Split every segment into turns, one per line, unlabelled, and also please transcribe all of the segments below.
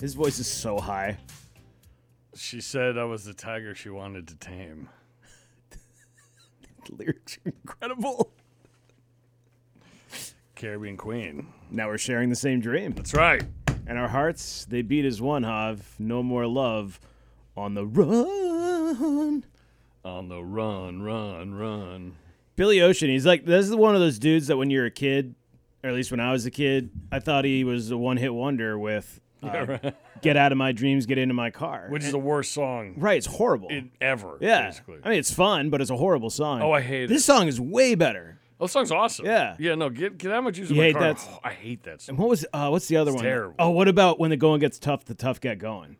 His voice is so high.
She said I was the tiger she wanted to tame.
The lyrics are incredible.
Caribbean Queen.
Now we're sharing the same dream.
That's right.
And our hearts, they beat as one, Hav. No more love on the run.
On the run, run, run.
Billy Ocean, he's like, this is one of those dudes that when you're a kid, or at least when I was a kid, I thought he was a one hit wonder with uh, Get Out of My Dreams, Get Into My Car.
Which is the worst song
right, it's horrible.
in ever.
yeah.
Basically.
I mean, it's fun, but it's a horrible song.
Oh, I hate it.
This song is way better.
Oh, that song's awesome.
Yeah.
Yeah, no, get get that much use
You
in my
hate
car.
that
Oh,
s-
I hate that song.
And what was uh, what's the other one?
terrible.
Oh, what about when the going gets tough, the tough get going?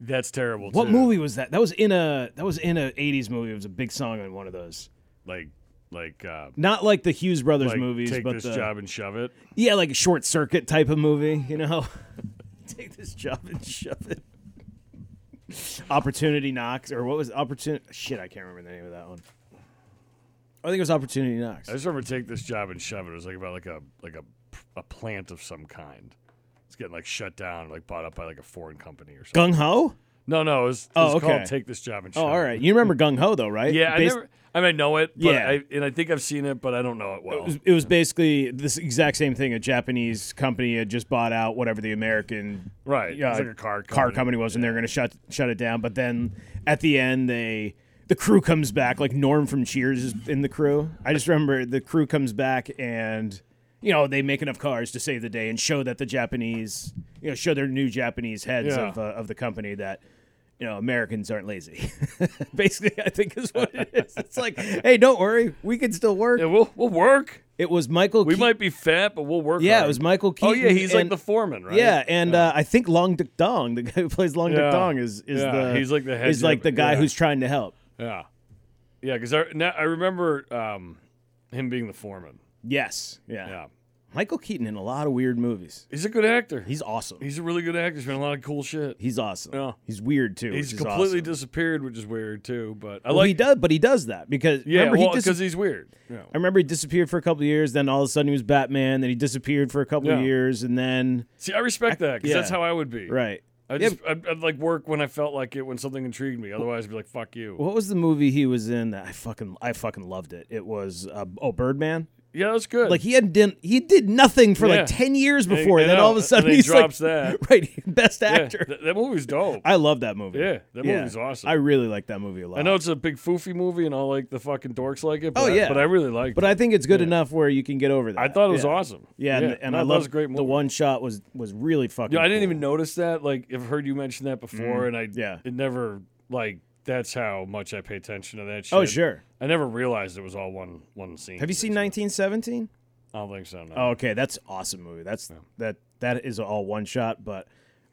That's terrible.
What
too.
movie was that? That was in a that was in a '80s movie. It was a big song in one of those.
Like like uh
Not like the Hughes Brothers
like
movies,
take
but
this
the,
job and shove it.
yeah, like a short circuit type of movie. You know, take this job and shove it. Opportunity knocks, or what was opportunity? Shit, I can't remember the name of that one. I think it was Opportunity Knocks.
I just remember take this job and shove it. It was like about like a like a a plant of some kind. It's getting like shut down, like bought up by like a foreign company or
Gung
something.
Ho.
No, no, it was, it
Oh,
was
okay.
called take this job and shove
Oh, all
it.
right. You remember Gung Ho though, right?
Yeah,
Based-
I never. I mean, I know it. But
Yeah.
I, and I think I've seen it, but I don't know it well.
It was, it was basically this exact same thing. A Japanese company had just bought out whatever the American
right.
yeah,
it's like a car company.
car company was, and they're going to shut shut it down. But then at the end, they the crew comes back. Like Norm from Cheers is in the crew. I just remember the crew comes back, and you know they make enough cars to save the day and show that the Japanese, you know, show their new Japanese heads
Yeah.
of uh, of the company that. You know, Americans aren't lazy. Basically, I think is what it is. It's like, hey, don't worry, we can still work.
Yeah, we'll we'll work.
It was Michael.
We
Keaton-
might be fat, but we'll work.
Yeah,
hard.
it was Michael
Oh
Keaton.
yeah, he's like
and-
the foreman, right?
yeah, and uh, I think Long Dick Dong, the guy who plays Long
Yeah.
Dick Dong, is is
Yeah,
the
he's like the head
is like the
Jap-
guy
yeah.
who's trying to help.
yeah, yeah. Because I now I remember um, him being the foreman.
Yes, yeah.
Yeah,
Michael Keaton in a lot of weird movies.
he's a good actor. He's
He's awesome. He's,
he's a really good actor. He's been in a lot of cool shit.
awesome.
Yeah.
He's weird too.
He's
which is
completely
awesome.
disappeared, which is weird too. But I
Well, he
like.
does, but he does that because
yeah,
remember
well,
he dis-
because he's weird. Yeah.
I remember he disappeared for a couple of years. Then all of a sudden he was Batman. Then he disappeared for a couple of
Yeah.
years, and then
See, I respect that because
yeah.
that's how I would be.
right.
I
Yeah,
just I'd, I'd like work when I felt like it when something intrigued me. Otherwise, I'd be like, "Fuck you."
What was the movie he was in that I fucking I fucking loved it? It was uh, oh Birdman.
Yeah, that's good.
Like he hadn't done, he did nothing for
Yeah.
like ten years before.
I
then
know,
all of a
and
sudden
then he
he's
drops
like,
that.
right, best
yeah,
actor.
th- that movie's dope.
I love that movie.
Yeah, that movie's awesome.
I really like that movie a lot.
I know it's a big foofy movie, and all like the fucking dorks like it. But
Oh,
I-
yeah.
but I really like.
but I think it's good enough where you can get over that.
I thought it was
yeah.
awesome.
Yeah, and, and
no,
I
that
love
was a great movie.
the one shot was was really fucking.
Yeah, I didn't
cool.
even notice that. Like I've heard you mention that before, and I
Mm, yeah.
it never like that's how much I pay attention to that shit.
Oh sure.
I never realized it was all one one scene.
Have you seen 1917?
I don't think so. No.
Oh, okay, that's awesome movie. That's that that is all one shot, but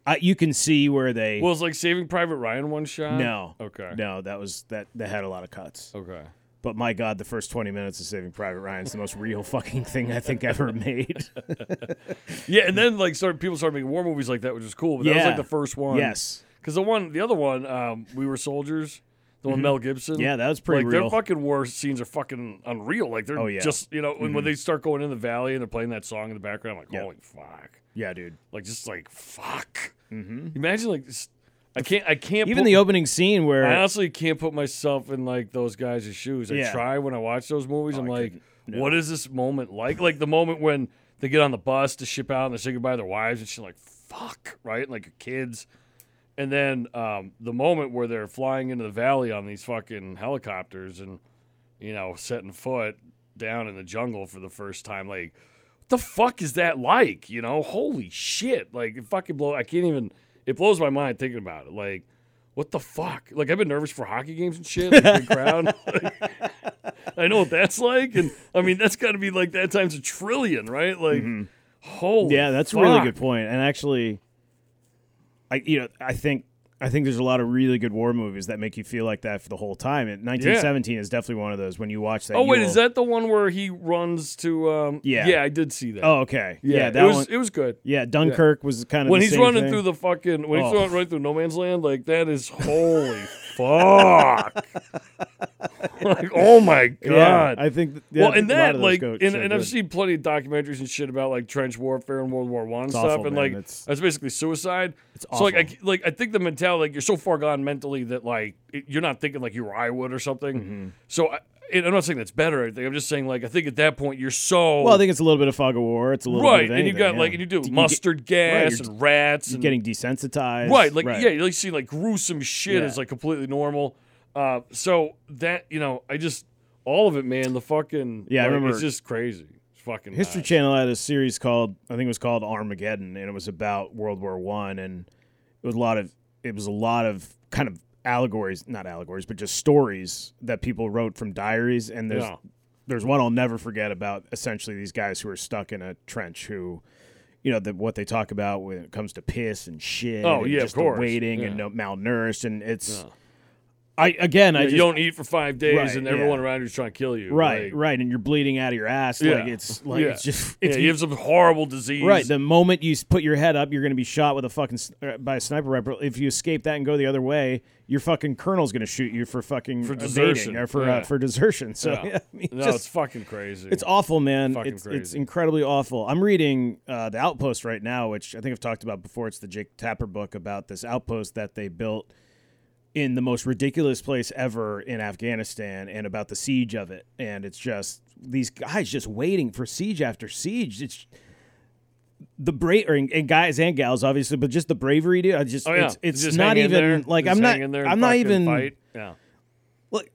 I, you can see where they.
Well, it's like Saving Private Ryan one shot.
no.
Okay.
No, that was that. That had a lot of cuts.
Okay.
But my God, the first 20 minutes of Saving Private Ryan is the most real fucking thing I think ever made.
Yeah, and then like start people started making war movies like that, which was cool. But that was
Yeah.
like the first one.
yes.
Because the one, the other one, um, we were soldiers. The one Mel Gibson.
Mm-hmm. Yeah, that was pretty
like,
real.
Their fucking war scenes are fucking unreal. Like they're
Oh, yeah.
just you know when, when they start going in the valley and they're playing that song in the background, I'm like
Yep.
holy fuck,
Yeah, dude.
like just like fuck. Mm-hmm. Imagine like just, I can't I can't
Even
put-
the opening scene where.
I honestly can't put myself in like those guys' shoes. I
Yeah. Oh,
try when I watch those movies. I'm
I
like,
couldn't.
what is this moment like? Like the moment when they get on the bus to ship out and they say goodbye to their wives and she's like, fuck, right? And, like your kids. And then um, the moment where they're flying into the valley on these fucking helicopters and, you know, setting foot down in the jungle for the first time, like, what the fuck is that like? You know, holy shit! Like, it fucking blow. I can't even. It blows my mind thinking about it. Like, what the fuck? Like I've been nervous for hockey games and shit, like big crowd. Like, I know what that's like, and I mean that's got to be like that times a trillion, right? Like, holy
Mm-hmm. yeah, that's a really
fuck.
good point. And actually, I you know I think I think there's a lot of really good war movies that make you feel like that for the whole time. And 1917 is definitely one of those. When you watch that,
Oh
you
wait,
will-
is that the one where he runs to? um
Yeah.
yeah, I did see that.
Oh, okay. Yeah, that
it was
one.
it was good.
yeah, Dunkirk was kind of
When
the
he's
same
running
thing.
through the fucking when he's
Oh.
running right through no man's land, like that is holy fuck. like, oh my god.
Yeah, I think. th- yeah,
well,
I think
and
a lot
that
of those
like,
go-
and,
show
and I've
good.
seen plenty of documentaries and shit about like trench warfare and World War One and stuff,
awful,
and
man.
like
It's-
that's basically suicide. It's so like,
awful.
I, like I think the mentality, like you're so far gone mentally that like it- you're not thinking like you were I would or something.
Mm-hmm.
So I, and I'm not saying that's better. or anything. I'm just saying like I think at that point you're so
Well, I think it's a little bit of fog of war. It's a little
right,
bit of
and
anything,
you got
yeah.
like and you do
get-
mustard gas
you're-
and rats
you're
and
getting desensitized.
right like yeah you like see like gruesome shit
Yeah.
is like completely normal uh so that you know i just all of it man the fucking
Yeah, I
like,
remember-
it's just crazy it's fucking
History
nuts.
Channel had a series called I think it was called Armageddon, and it was about World War One, and it was a lot of it was a lot of kind of allegories, not allegories, but just stories that people wrote from diaries. And there's
Yeah.
there's one I'll never forget about essentially these guys who are stuck in a trench who. You know the, what they talk about when it comes to piss and shit.
Oh,
and
yeah, of
just the
course.
waiting and
Yeah.
no, malnourished, and it's.
Yeah.
I again, I
Yeah,
just
you don't eat for five days
Right,
and
yeah.
everyone around you's trying to kill you
right,
like,
right, and you're bleeding out of your ass.
Yeah.
Like it's like
Yeah.
it's just
yeah,
it's
you have some horrible disease
Right. The moment you s- put your head up, you're going to be shot with a fucking s- uh, by a sniper rifle. If you escape that and go the other way, your fucking colonel's going to shoot you for fucking
For
uh, baiting
desertion,
or for
yeah.
uh, for desertion. So
Yeah.
yeah. I mean,
no
just-
it's fucking crazy
it's awful, man.
fucking
It's, it's
crazy.
incredibly awful. I'm reading uh, the Outpost right now, which I think I've talked about before. It's the Jake Tapper book about this outpost that they built in the most ridiculous place ever in Afghanistan and about the siege of it. And it's just these guys just waiting for siege after siege. It's the brave or, and guys and gals obviously, but just the bravery, dude. I just
oh, yeah.
it's it's
Just
not
hang in
even
there,
like
just
I'm not
hang in there and
I'm not
fucking
even
fight. yeah
like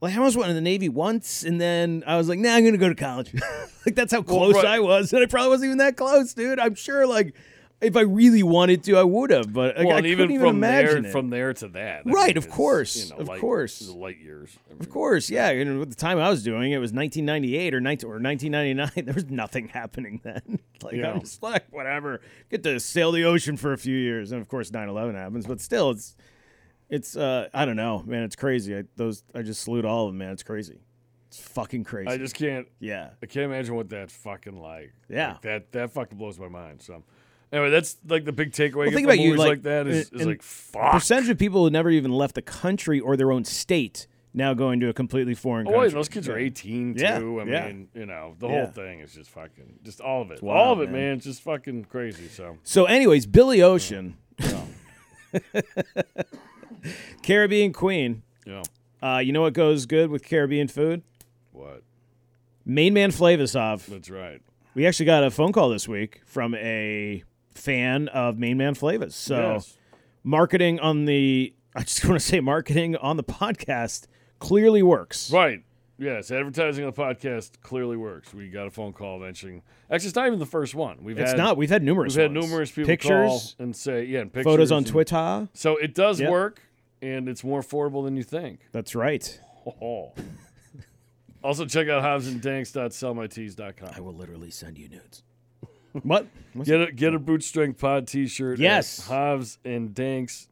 like I almost went in the Navy once, and then I was like, "Nah, I'm gonna go to college." like that's how close
right.
I was, and I probably wasn't even that close, dude. I'm sure, like, if I really wanted to, I would have, but like,
well,
I
and
couldn't
even
even,
from
imagine
there
it.
from there to that I
Right,
mean,
of
it's,
course,
you know,
of
light-
course.
light years I mean,
of course, yeah. And at the time I was doing it was 1998 or 19 or 1999. There was nothing happening then. like
Yeah.
I'm just like, whatever. Get to sail the ocean for a few years, and of course 9/11 happens, but still, it's it's uh I don't know, man. It's crazy. I, those I just salute all of them, man. It's crazy. It's fucking crazy.
i just can't
yeah.
I can't imagine what that's fucking like.
Yeah.
Like, that that fucking blows my mind. So anyway, that's like the big takeaway. I
think
get from
about you,
movies
like,
like, that is,
in-
is
in
like fuck.
percentage of people who never even left the country or their own state now going to a completely foreign
Oh,
country.
wait, those kids are 18 too.
Yeah,
I
yeah.
mean, you know, the
Yeah.
whole thing is just fucking, just all of it,
wild,
all of
man.
it, man. It's just fucking crazy. So
so, anyways, Billy Ocean, Caribbean Queen.
you know
Uh, you know what goes good with Caribbean food?
what?
Main man Flavasov.
That's right.
We actually got a phone call this week from a fan of Main Man Flavas. So,
Yes.
marketing on the, I just want to say, marketing on the podcast clearly works.
Right. Yes, advertising on the podcast clearly works. We got a phone call mentioning. Actually, it's not even the first one. We've
It's
had
not. We've had numerous.
We've had
ones.
numerous people call
pictures,
and say, yeah, and pictures
photos on
and-
Twitter.
So it does
Yep.
work, and it's more affordable than you think.
That's right.
Oh. also, check out hobsanddanks.sellmytees.com.
will literally send you nudes. What? What's-
Get a get a bootstring pod T-shirt.
Yes.
at Hobbs and Danks.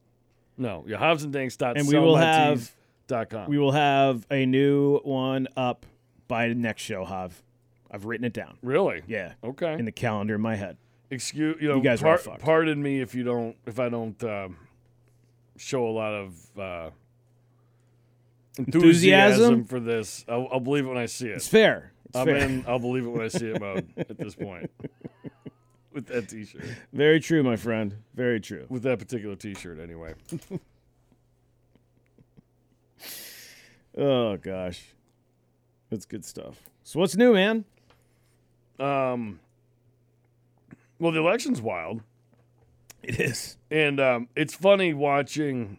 No, yeah, Hobbs and Danks.
And we will have-
Dot com.
We will have a new one up by next show, Hav. I've written it down.
really?
Yeah.
Okay.
In the calendar in my head.
Excuse you know.
You guys are all
par-
fucked.
pardon me if you don't if I don't um, show a lot of uh,
Enthusiasm?
for this. I'll, I'll believe it when I see
It's
it.
fair. It's
I'm
fair.
in. I'll believe it when I see it mode at this point. With that T-shirt.
Very true, my friend. Very true.
With that particular T-shirt, anyway.
Oh gosh. That's good stuff. So what's new, man?
Um, well, the election's wild.
It is.
And um, it's funny watching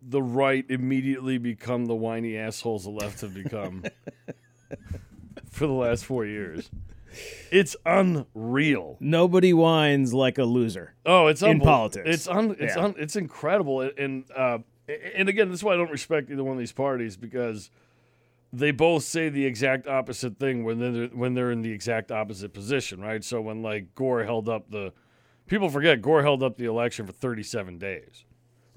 the right immediately become the whiny assholes the left have become for the last four years. It's unreal.
Nobody whines like a loser.
Oh, it's
In
unbel-
politics.
It's un- it's
Yeah.
un- it's incredible. And- And uh, and again, that's why I don't respect either one of these parties because they both say the exact opposite thing when they're when they're in the exact opposite position, right? So when like Gore held up the people forget Gore held up the election for 37 days,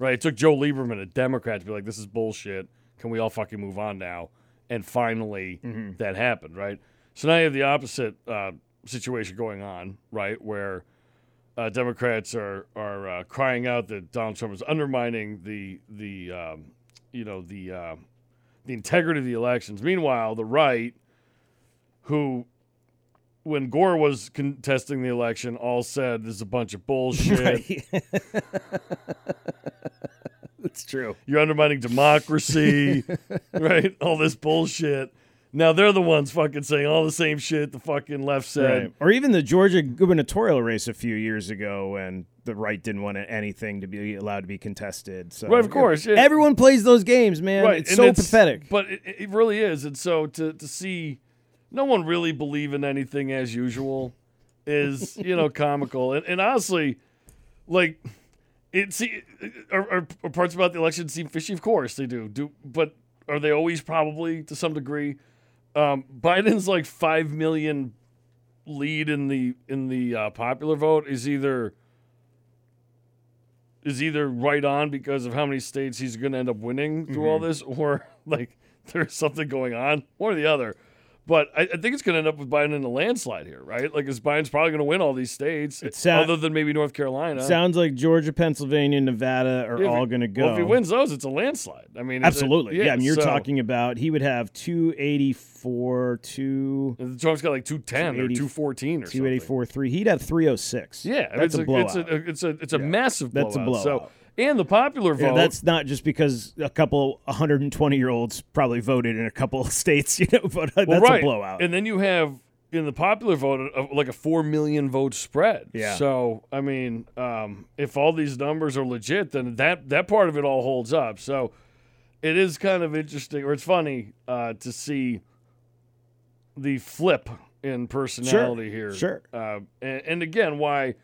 right? It took Joe Lieberman, a Democrat, to be like, "This is bullshit. Can we all fucking move on now?" And finally,
Mm-hmm.
that happened, right? So now you have the opposite uh, situation going on, right? Where uh, Democrats are are uh, crying out that Donald Trump is undermining the the um, you know the uh, the integrity of the elections. Meanwhile, the right, who when Gore was contesting the election, all said this is a bunch of bullshit.
That's true.
You're undermining democracy, right? All this bullshit. Now they're the ones fucking saying all the same shit the fucking left said.
Right. Or even the Georgia gubernatorial race a few years ago when the right didn't want anything to be allowed to be contested. So
Right, of course, yeah.
Everyone plays those games, man. It's
and
so pathetic.
But it, it really is. And so to to see no one really believe in anything as usual is you know comical. And, and honestly, like it see are, are, are parts about the election seem fishy. Of course they do. Do but are they always probably to some degree? Um, Biden's like five million lead in the in the uh, popular vote is either is either right on because of how many states he's going to end up winning through
Mm-hmm.
all this, or like there's something going on, one or the other. But I, I think it's going to end up with Biden in a landslide here, right? Like, is Biden's probably going to win all these states,
sou-
other than maybe North Carolina.
Sounds like Georgia, Pennsylvania, Nevada are
uh, If he-
all going to go.
Well, if he wins those, it's a landslide. I mean, it's a-
Absolutely. yeah, I mean, you're
so-
talking about he would have 284, 2,
and Trump's got like two ten or
280
two fourteen or something.
284, 3. He'd have 306.
Yeah, I mean,
that's
it's
a, blowout.
It's a, it's a it's a massive blowout.
That's a
So
blowout.
and the popular
Yeah,
vote.
that's not just because a couple 120 year olds probably voted in a couple of states, you know, but uh,
Well,
that's
right.
a blowout.
And then you have in the popular vote a, like a four million vote spread.
Yeah.
So I mean, um, if all these numbers are legit, then that that part of it all holds up. So it is kind of interesting, or it's funny uh, to see the flip in personality here.
sure.
Uh, and, and again, why.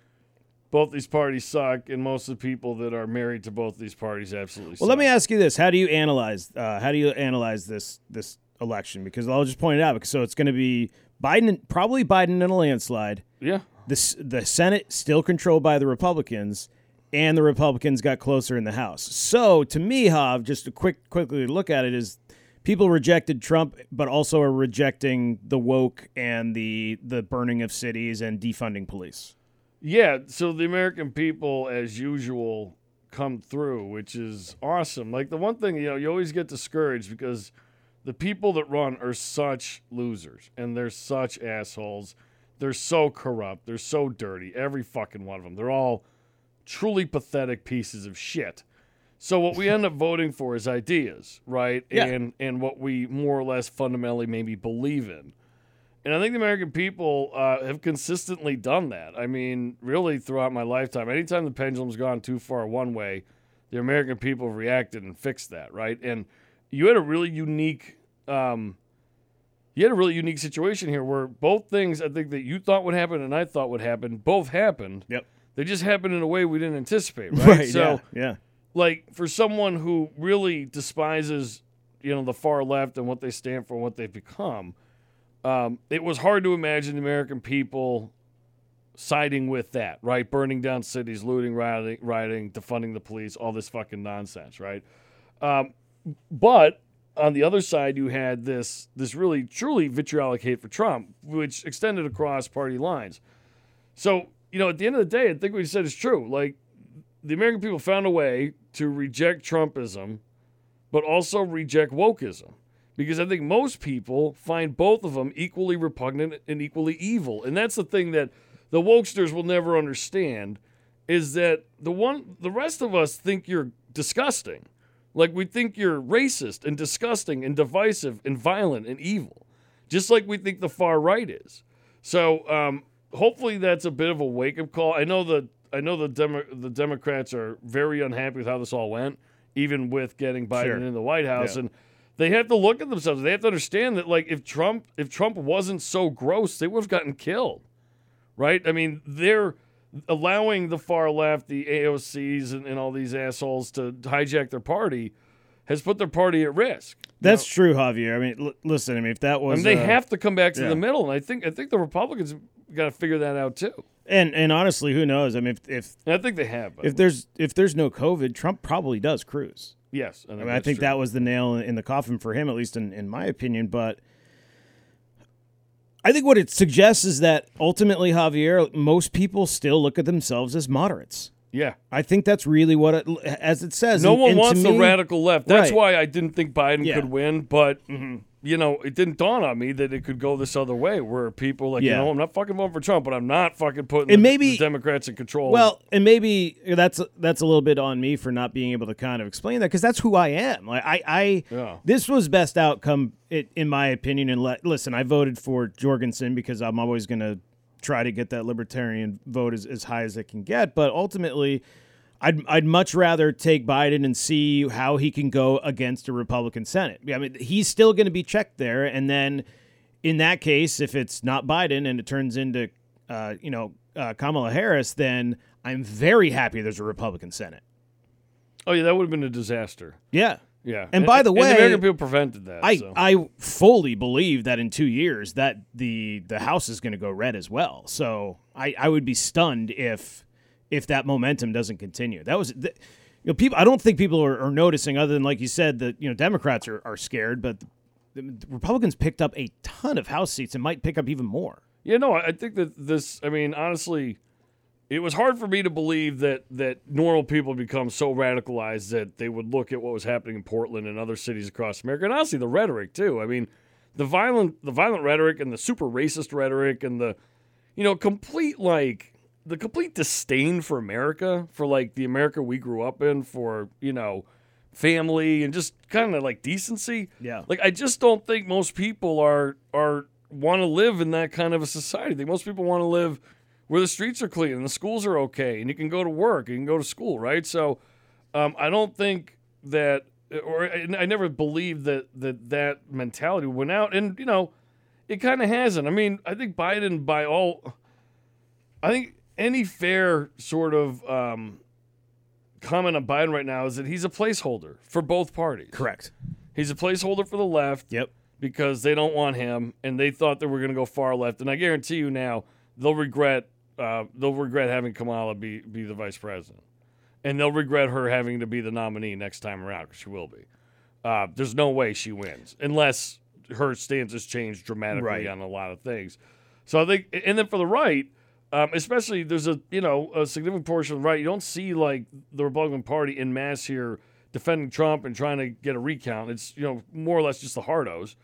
Both these parties suck, and most of the people that are married to both these parties absolutely
well, let me ask you this: How do you analyze? Uh, how do you analyze this this election? Because I'll just point it out. Because so it's going to be Biden, probably Biden in a landslide.
Yeah.
The s- the Senate still controlled by the Republicans, and the Republicans got closer in the House. So to me, Hav, just a quick quickly look at it is. People rejected Trump, but also are rejecting the woke and the the burning of cities and defunding police.
Yeah, so the American people, as usual, come through, which is awesome. Like the one thing, you know, you always get discouraged because the people that run are such losers and they're such assholes. They're so corrupt. They're so dirty. Every fucking one of them. They're all truly pathetic pieces of shit. So what we end up voting for is ideas, right?
Yeah.
And and what we more or less fundamentally maybe believe in. And I think the American people uh, have consistently done that. I mean, really throughout my lifetime, anytime the pendulum's gone too far one way, the American people have reacted and fixed that, right? And you had a really unique, um, you had a really unique situation here where both things I think that you thought would happen and I thought would happen both happened.
Yep.
They just happened in a way we didn't anticipate, right? so
yeah, yeah.
like for someone who really despises you know the far left and what they stand for and what they've become um, it was hard to imagine the american people siding with that right burning down cities looting rioting, rioting defunding the police all this fucking nonsense right um, but on the other side you had this this really truly vitriolic hate for trump which extended across party lines so you know at the end of the day i think what you said is true like the American people found a way to reject Trumpism, but also reject wokeism. Because I think most people find both of them equally repugnant and equally evil. And that's the thing that the wokesters will never understand is that the one the rest of us think you're disgusting. Like we think you're racist and disgusting and divisive and violent and evil. Just like we think the far right is. So um, hopefully that's a bit of a wake up call. I know the I know the Demo- the Democrats are very unhappy with how this all went, even with getting Biden
Sure.
in the White House,
Yeah.
and they have to look at themselves. They have to understand that like if Trump if Trump wasn't so gross, they would have gotten killed, right? I mean they're allowing the far left, the AOCs, and, and all these assholes to hijack their party has put their party at risk.
That's true, Javier. I mean, l- listen. I mean, if that was
And they
uh,
have to come back to
yeah.
the middle, and I think I think the Republicans got to figure that out too.
and and honestly, who knows? I mean, if if,
And I think they have. by the
if
way.
there's if there's no COVID, Trump probably does cruise.
yes,
I mean, I think that was the nail in- in the coffin for him, at least in in my opinion. But I think what it suggests is that ultimately, Javier, most people still look at themselves as moderates.
Yeah.
I think that's really what, it, as it says,
No
and-
one
and to
wants the
me-
radical left. That's
Right.
why I didn't think Biden
Yeah. Mm-hmm.
could win, but you know, it didn't dawn on me that it could go this other way where people like, you
Yeah.
know, I'm not fucking voting for Trump, but I'm not fucking putting
And
the,
maybe-
the Democrats in control.
Well, and maybe that's that's a little bit on me for not being able to kind of explain that because that's who I am. Like I, I
Yeah.
this was best outcome it, in my opinion. And let, listen, I voted for Jorgensen because I'm always going to try to get that libertarian vote as, as high as it can get. But ultimately, I'd I'd much rather take Biden and see how he can go against a Republican Senate. I mean, he's still going to be checked there, and then in that case, if it's not Biden and it turns into, uh, you know, uh, Kamala Harris, then I'm very happy there's a Republican Senate.
oh yeah, that would have been a disaster.
Yeah.
Yeah.
And by the way-
the American people prevented that.
I,
so.
I fully believe that in two years that the the house is going to go red as well. So I, I would be stunned if if that momentum doesn't continue. That was the, you know people. I don't think people are, are noticing other than like you said that you know Democrats are, are scared, but the, the Republicans picked up a ton of house seats and might pick up even more.
Yeah, no, I I think that this. I mean, honestly, it was hard for me to believe that that normal people become so radicalized that they would look at what was happening in Portland and other cities across America, and honestly, the rhetoric too. I mean, the violent, the violent rhetoric, and the super racist rhetoric, and the, you know, complete like the complete disdain for America, for like the America we grew up in, for you know, family and just kind of like decency.
Yeah.
Like I just don't think most people are are want to live in that kind of a society. I think most people want to live where the streets are clean and the schools are okay and you can go to work and you can go to school, right? So um, I don't think that or I I never believed that that that mentality went out and you know it kind of hasn't. I mean, I think Biden by all I think any fair sort of um, comment on Biden right now is that he's a placeholder for both parties.
Correct.
He's a placeholder for the left
Yep.
because they don't want him, and they thought that we're going to go far left. And I guarantee you now, they'll regret uh, they'll regret having Kamala be be the vice president, and they'll regret her having to be the nominee next time around because she will be. Uh, there's no way she wins unless her stance has changed dramatically
Right.
on a lot of things. So I think, and then for the right. Um, especially, there's a you know a significant portion of the right. You don't see like the Republican Party in mass here defending Trump and trying to get a recount. It's you know more or less just the hardos.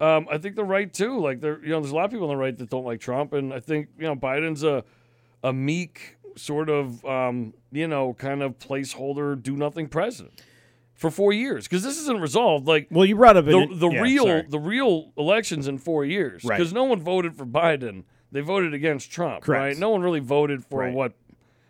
Um, I think the right too. Like there, you know, there's a lot of people on the right that don't like Trump, and I think you know Biden's a a meek sort of um, you know kind of placeholder, do nothing president for four years because this isn't resolved. Like
Well, you brought up
the
an,
the
yeah,
real
sorry.
the real elections in four years
Right.
because no one voted for Biden. They voted against Trump.
Correct.
Right. No one really voted for
Right.
what.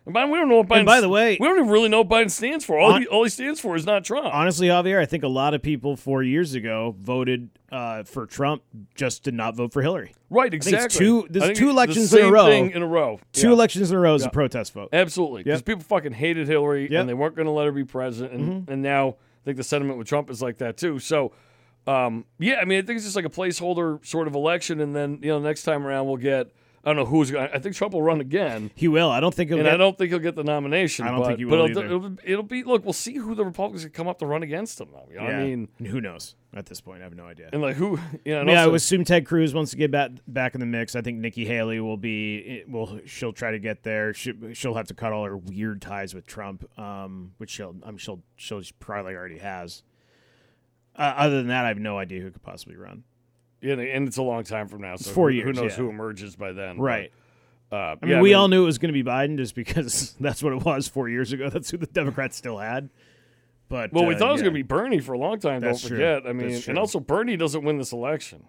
And Biden, we don't know what Biden.
And by the way-
we don't even really know what Biden stands for. All,
On-
he, all he stands for is not Trump.
honestly, Javier, I think a lot of people four years ago voted uh, for Trump, just did not vote for Hillary.
right.
think
Exactly.
it's two- there's
I think
two
the
elections in a
same
row.
thing in a row.
Two
Yeah.
elections in a row is a protest vote.
Absolutely, because people fucking hated Hillary
Yep. Mm-hmm.
and they weren't going to let her be president, and, and now I think the sentiment with Trump is like that too. So, um, yeah, I mean, I think it's just like a placeholder sort of election, and then you know next time around we'll get I don't know who's going. to I think Trump will run again,
He will. I don't think he'll
and I
get.
don't think he'll get the nomination.
I don't
but,
think he
but
will
it'll,
either.
it'll- it'll be look. We'll see who the Republicans can come up to run against him. Though, you know what
Yeah.
I mean,
And who knows at this point? I have no idea.
and like who you know. and
yeah, I
also-
would assume Ted Cruz wants to get back back in the mix. I think Nikki Haley will be. Will she'll try to get there? She, she'll have to cut all her weird ties with Trump, um, which she'll I'm she'll she'll probably already has. Uh, other than that, I have no idea who could possibly run.
you know, and it's a long time from now. So
four
who,
years,
Who knows
yeah.
who emerges by then? but,
Right.
uh,
I mean, we all knew it was going to be Biden just because that's what it was four years ago. That's who the Democrats still had. But
Well, we
uh,
thought it was
yeah.
going to be Bernie for a long time.
That's
don't
true.
forget. I mean,
That's
and
true.
also Bernie doesn't win this election.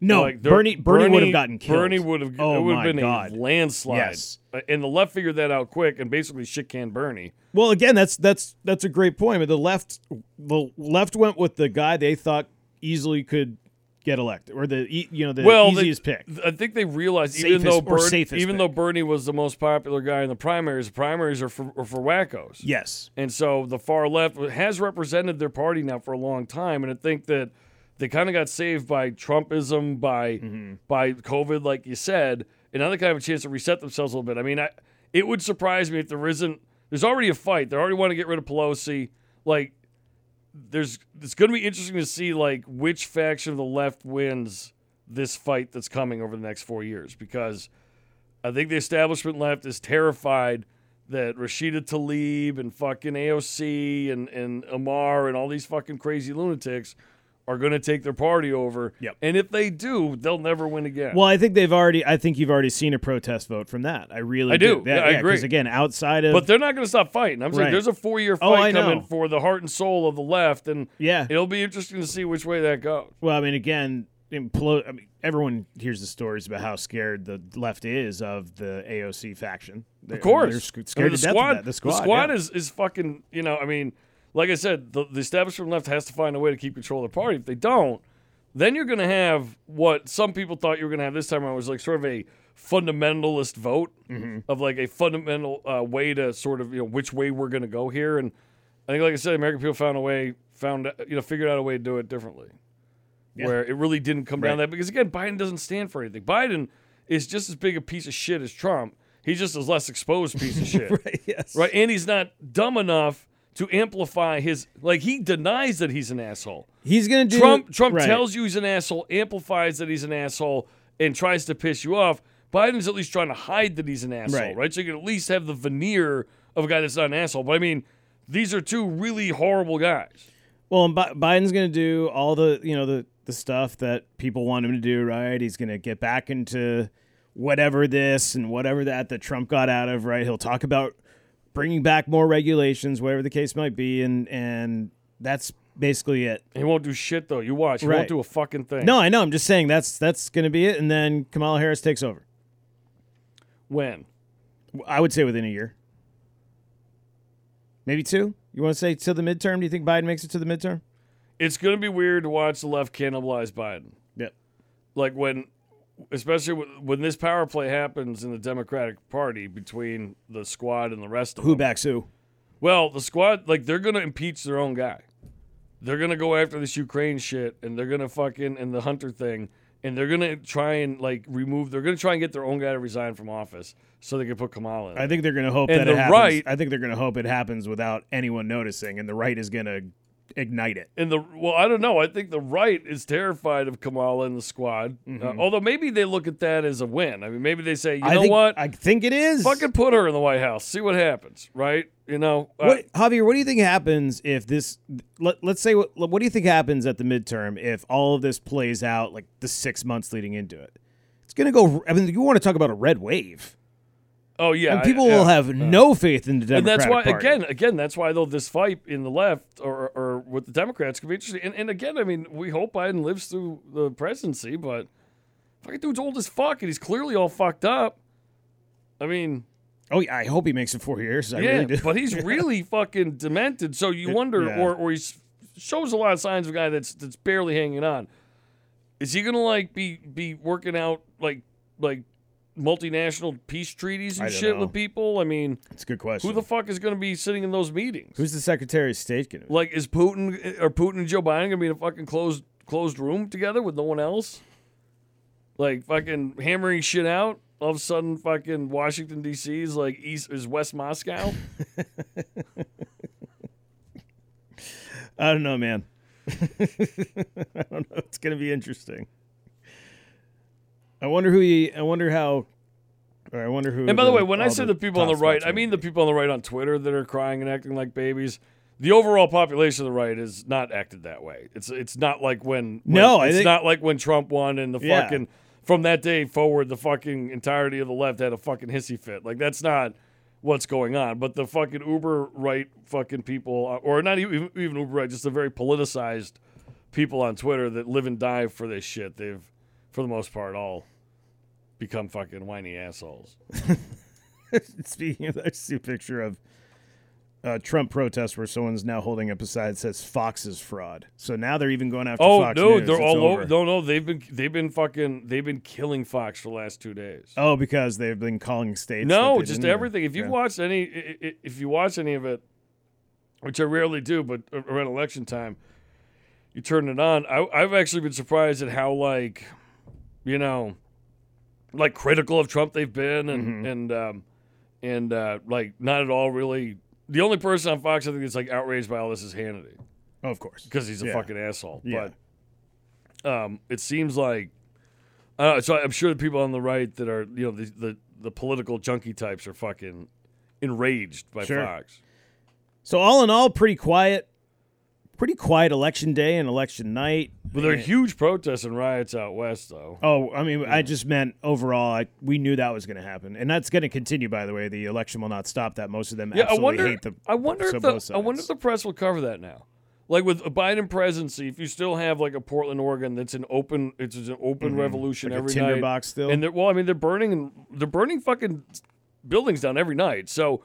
no
Like, there-
Bernie. Bernie, would have gotten killed.
Bernie would have.
Oh
it would
my
have been
God.
a landslide.
Yes.
Uh, And the left figured that out quick and basically shit canned Bernie.
Well, again, that's that's that's a great point. But the left, the left went with the guy they thought easily could get elected, or the e- you know the
well, they-
easiest pick.
I think they realized even
Safest-
though
or
Bernie,
safest
even
pick.
though Bernie was the most popular guy in the primaries, primaries are for, are for wackos.
Yes,
And so the far left has represented their party now for a long time, and I think that they kind of got saved by Trumpism, by by COVID, like you said, and now they kind of have a chance to reset themselves a little bit. I mean, I, it would surprise me if there isn't. There's already a fight. They already want to get rid of Pelosi. Like, there's it's going to be interesting to see like which faction of the left wins this fight that's coming over the next four years because I think the establishment left is terrified that Rashida Tlaib and fucking AOC and, and Amar and all these fucking crazy lunatics are going to take their party over.
Yep.
And if they do, they'll never win again.
Well, I think they've already. I think you've already seen a protest vote from that. I really
I do.
That-
Yeah, I agree.
Because again, outside of
but they're not going to stop fighting. I'm saying
Right.
there's a four year
Oh, I
fight coming
know.
for the heart and soul of the left, and
yeah,
it'll be interesting to see which way that goes.
Well, I mean, again, implo- I mean, everyone hears the stories about how scared the left is of the AOC faction. They,
Of course,
they're sc-
I mean,
scared
the
to death of
squad,
that. The squad, yeah.
is is fucking. You know, I mean, like I said, the, the establishment left has to find a way to keep control of the party. If they don't, then you're going to have what some people thought you were going to have this time around was like sort of a fundamentalist vote
Mm-hmm.
of like a fundamental uh, way to sort of you know which way we're going to go here. And I think, like I said, American people found a way, found you know, figured out a way to do it differently,
Yeah.
where it really didn't come down
Right.
to that because again, Biden doesn't stand for anything. Biden is just as big a piece of shit as Trump. He's just a less exposed piece of shit, right.
yes.
And he's not dumb enough to amplify his like he denies that he's an asshole.
He's gonna do
Trump Trump
right.
tells you he's an asshole, amplifies that he's an asshole, and tries to piss you off. Biden's at least trying to hide that he's an asshole, right?
Right.
So you can at least have the veneer of a guy that's not an asshole. But I mean, these are two really horrible guys.
Well, and Bi- Biden's gonna do all the you know the the stuff that people want him to do. Right? He's gonna get back into whatever this and whatever that that Trump got out of. Right? He'll talk about bringing back more regulations, whatever the case might be, and and that's basically it.
He won't do shit though. You watch. He won't
Right.
do a fucking thing.
No, I know. I'm just saying that's that's going to be it, and then Kamala Harris takes over.
When?
I would say within a year, maybe two. You want to say to the midterm? Do you think Biden makes it to the midterm?
It's gonna be weird to watch the left cannibalize Biden.
Yep.
like when especially when- when this power play happens in the democratic party between the squad and the rest of
Who
them
backs who?
well the squad like they're gonna impeach their own guy they're gonna go after this ukraine shit and they're gonna fucking and the hunter thing and they're gonna try and like remove they're gonna try and get their own guy to resign from office so they can put kamala in
I think they're going to hope
And
that
the
it happens.
right-
I think they're going to hope it happens without anyone noticing, and the right is going to ignite it.
and the well, I don't know. I think the right is terrified of Kamala and the squad. Uh, although maybe they look at that as a win. I mean, maybe they say, you
Mm-hmm. I
know
think,
what?
I think it is.
fucking put her in the White House. See what happens, right? You know, uh,
What, Javier, what do you think happens if this? Let, let's say, what, what do you think happens at the midterm if all of this plays out like the six months leading into it? It's gonna go. I mean, you want to talk about a red wave?
oh yeah,
And people
I- yeah.
will have no faith in the
And
Democratic
that's why,
Party.
again, again, that's why though this fight in the left or or with the Democrats could be interesting. And, and again, I mean, we hope Biden lives through the presidency, but fucking dude's old as fuck, and he's clearly all fucked up. I mean,
Oh, yeah, I hope he makes it four years. I
yeah,
really do.
but he's really fucking demented. So you wonder,
yeah.
or or he shows a lot of signs of a guy that's that's barely hanging on. Is he gonna like be be working out like like multinational peace treaties
I
and
don't
shit
know.
with people? I mean,
It's a good question.
who the fuck is gonna be sitting in those meetings?
Who's the Secretary of State going to be?
Like, is Putin or Putin and Joe Biden gonna be in a fucking closed closed room together with no one else? Like fucking hammering shit out. All of a sudden, fucking Washington D.C. is like east is West Moscow.
I don't know, man. I don't know. It's going to be interesting. I wonder who he. I wonder how. Or I wonder who.
And by the way, when I
all
say the people on the
top
right,
spots
I
are.
mean the people on the right on Twitter that are crying and acting like babies. The overall population of the right has not acted that way. It's it's not like when, when-
No, I
it's
think-
not like when Trump won and the
Yeah.
fucking from that day forward, the fucking entirety of the left had a fucking hissy fit. Like that's not what's going on. But the fucking uber right fucking people, uh, or not even even uber right, just the very politicized people on Twitter that live and die for this shit. They've for the most part all become fucking whiny assholes.
Speaking of, that, I see a picture of a Trump protest where someone's now holding up a sign that says "Fox is fraud." So now they're even going after.
Oh
Fox
no,
News.
they're
It's
all
over.
over. No, no, they've been they've been fucking they've been killing Fox for the last two days.
Oh, because they've been calling states. that
no,
they
just
didn't-
everything. If you
Yeah.
watch any, i- i- if you watch any of it, which I rarely do, but around election time, you turn it on. I, I've actually been surprised at how like, you know, like critical of Trump they've been, and
Mm-hmm.
and um, and uh, like not at all really. The only person on Fox I think that's like outraged by all this is Hannity
Oh, of course.
because he's a
Yeah.
fucking asshole.
Yeah.
But um, it seems like Uh, so I'm sure the people on the right that are you know the the, the political junkie types are fucking enraged by
Sure.
Fox.
So all in all, pretty quiet, pretty quiet election day and election night.
But there are huge protests and riots out west, though.
Oh, I mean, I just meant overall. I, we knew that was going to happen, and that's going to continue. By the way, the election will not stop. That most of them
Yeah, I
absolutely
wonder.
hate the.
I wonder
so
if the
both
I wonder if
sides.
the press will cover that now. Like with a Biden presidency, if you still have like a Portland, Oregon, that's an open, it's an open revolution
Mm-hmm. Like a
every night.
tinderbox still.
And they're, well, I mean, they're burning and they're burning fucking buildings down every night. So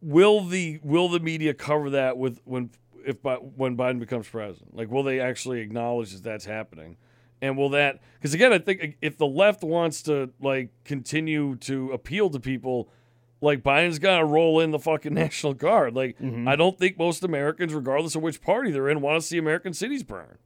will the will the media cover that with when if Bi- when Biden becomes president? Like, will they actually acknowledge that that's happening? And will that? Because again, I think if the left wants to like continue to appeal to people, like Biden's got to roll in the fucking National Guard. Like, I don't think most Americans, regardless of which party they're in, want to see American cities burn.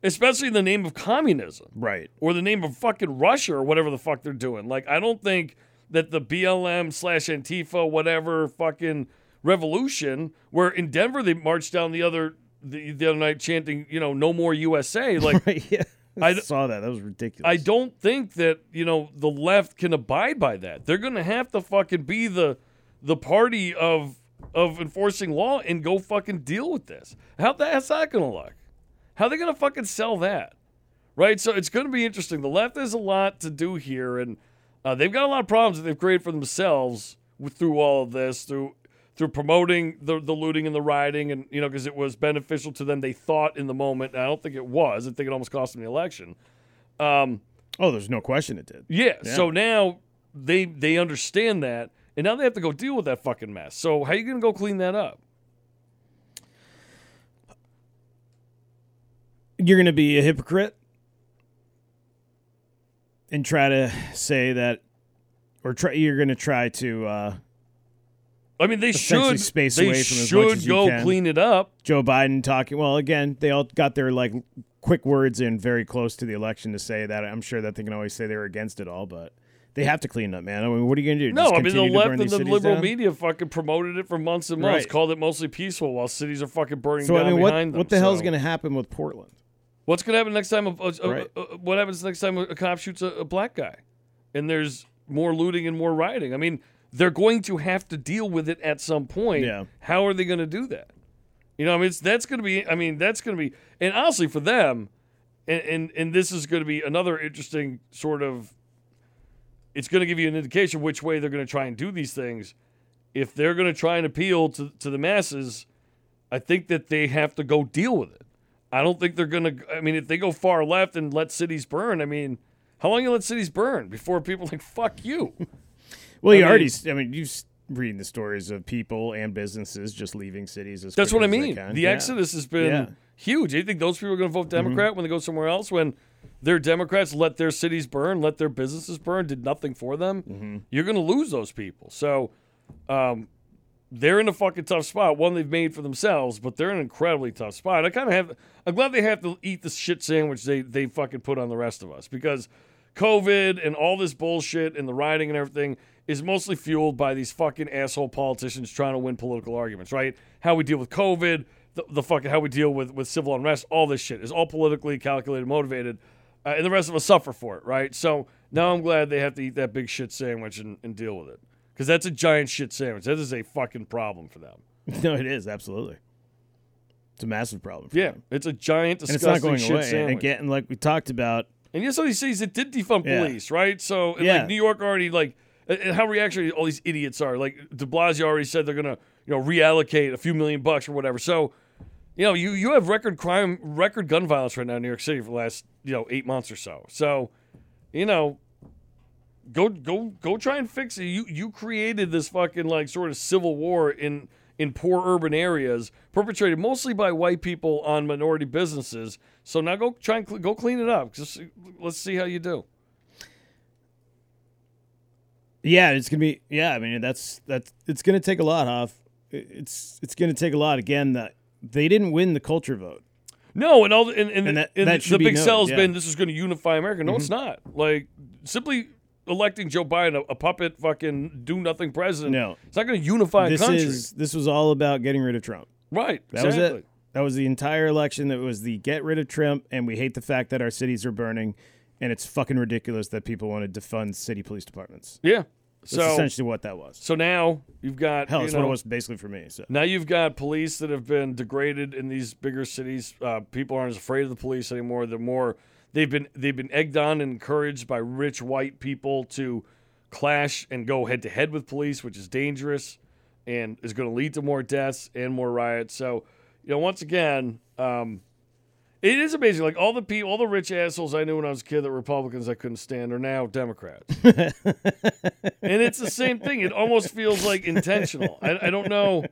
Especially in the name of communism
right.
or the name of fucking Russia or whatever the fuck they're doing. Like, I don't think that the BLM slash Antifa whatever fucking revolution, where in Denver they marched down the other the, the other night chanting, you know, no more USA. Like,
yeah.
I
I
d-
saw that. That was ridiculous.
I don't think that you know the left can abide by that. They're gonna have to fucking be the the party of of enforcing law and go fucking deal with this. How the hell's that gonna look? How they gonna fucking sell that? Right. So it's gonna be interesting. The left has a lot to do here, and uh, they've got a lot of problems that they've created for themselves with, through all of this through. Through promoting the, the looting and the rioting, and you know, because it was beneficial to them, they thought in the moment. and I don't think it was. I think it almost cost them the election. Um,
Oh, there's no question it did.
yeah,
Yeah.
So now they they understand that, and now they have to go deal with that fucking mess. So how you gonna go clean that up?
You're going to be a hypocrite and try to say that, or try. You're going to try to. Uh,
I mean, they
Essentially
should
space
they
away from as
should
much as you
go
can.
clean it up.
Joe Biden talking. Well, again, they all got their like quick words in very close to the election to say that. I'm sure that they can always say they're against it all, but they have to clean up, man. I mean, what are you going to do?
No,
Just
I mean the
continue to burn
left and
these
the
cities
liberal
down?
media fucking promoted it for months and months,
Right.
called it mostly peaceful, while cities are fucking burning
So
down
I mean, what
behind them.
what the hell is
So
going to happen with Portland?
What's gonna happen next time? A, a, a-
Right.
a- what happens next time a, a cop shoots a, a black guy, and there's more looting and more rioting? I mean, they're going to have to deal with it at some point.
Yeah.
How are they going to do that? You know, I mean, it's, that's going to be. I mean, that's going to be. And honestly, for them, and and, and this is going to be another interesting sort of. It's going to give you an indication which way they're going to try and do these things. If they're going to try and appeal to to the masses, I think that they have to go deal with it. I don't think they're gonna. I mean, if they go far left and let cities burn, I mean, how long you let cities burn before people are like fuck you?
Well, you
mean-
already. s- I mean, you've s- reading the stories of people and businesses just leaving cities. As
That's
quick
what I
as they
mean.
can.
The
Yeah.
exodus has been
Yeah. Mm-hmm.
huge. Do you think those people are going to vote Democrat when they go somewhere else? When their Democrats let their cities burn, let their businesses burn, did nothing for them?
Mm-hmm.
You're going to lose those people. So um, they're in a fucking tough spot. One they've made for themselves, but they're in an incredibly tough spot. I kind of have. I'm glad they have to eat the shit sandwich they they fucking put on the rest of us because COVID and all this bullshit and the rioting and everything is mostly fueled by these fucking asshole politicians trying to win political arguments. Right? How we deal with COVID, the, the fucking how we deal with with civil unrest, all this shit is all politically calculated, motivated, uh, and the rest of us suffer for it. Right? So now I'm glad they have to eat that big shit sandwich and, and deal with it. Because that's a giant shit sandwich. That is a fucking problem for them.
No, it is absolutely. It's a massive problem. for
Yeah,
them.
it's a giant
and it's not
disgusting
going
shit
away. And
sandwich.
again, like we talked about,
And yes, all these cities that did defund
Yeah.
police, right? So and
Yeah.
like New York already like and and how reactionary all these idiots are. Like De Blasio already said they're gonna you know reallocate a few million bucks or whatever. So you know you you have record crime, record gun violence right now in New York City for the last you know eight months or so. So you know. Go go go! Try and fix it. You you created this fucking like sort of civil war in in poor urban areas, perpetrated mostly by white people on minority businesses. So now go try and cl- go clean it up. Just let's see how you do.
yeah, it's gonna be. Yeah, I mean, that's that's. It's gonna take a lot, Hoff. It- It's it's gonna take a lot. Again, that they didn't win the culture vote.
No, and all the, and, and,
And that-
and
that
the
should be
big
known,
sell has
yeah. Mm-hmm.
been this is going to unify America. No, it's not. Like simply electing Joe Biden, a, a puppet fucking do nothing president.
No.
it's not going to unify
this
a country.
is this was all about getting rid of Trump.
right.
That
exactly.
was it. That was the entire election. That was the get rid of Trump, and we hate the fact that our cities are burning, and it's fucking ridiculous that people want to defund city police departments.
Yeah.
That's
So
essentially what that was.
so now you've got
Hell,
you
it's
know,
what it was basically for me. So
Now you've got police that have been degraded in these bigger cities. Uh, people aren't as afraid of the police anymore. They're more they've been they've been egged on and encouraged by rich white people to clash and go head to head with police, which is dangerous and is going to lead to more deaths and more riots. So, you know, once again, um, it is amazing. Like all the people, all the rich assholes I knew when I was a kid that were Republicans I couldn't stand are now Democrats, and it's the same thing. It almost feels like intentional. I, I don't know.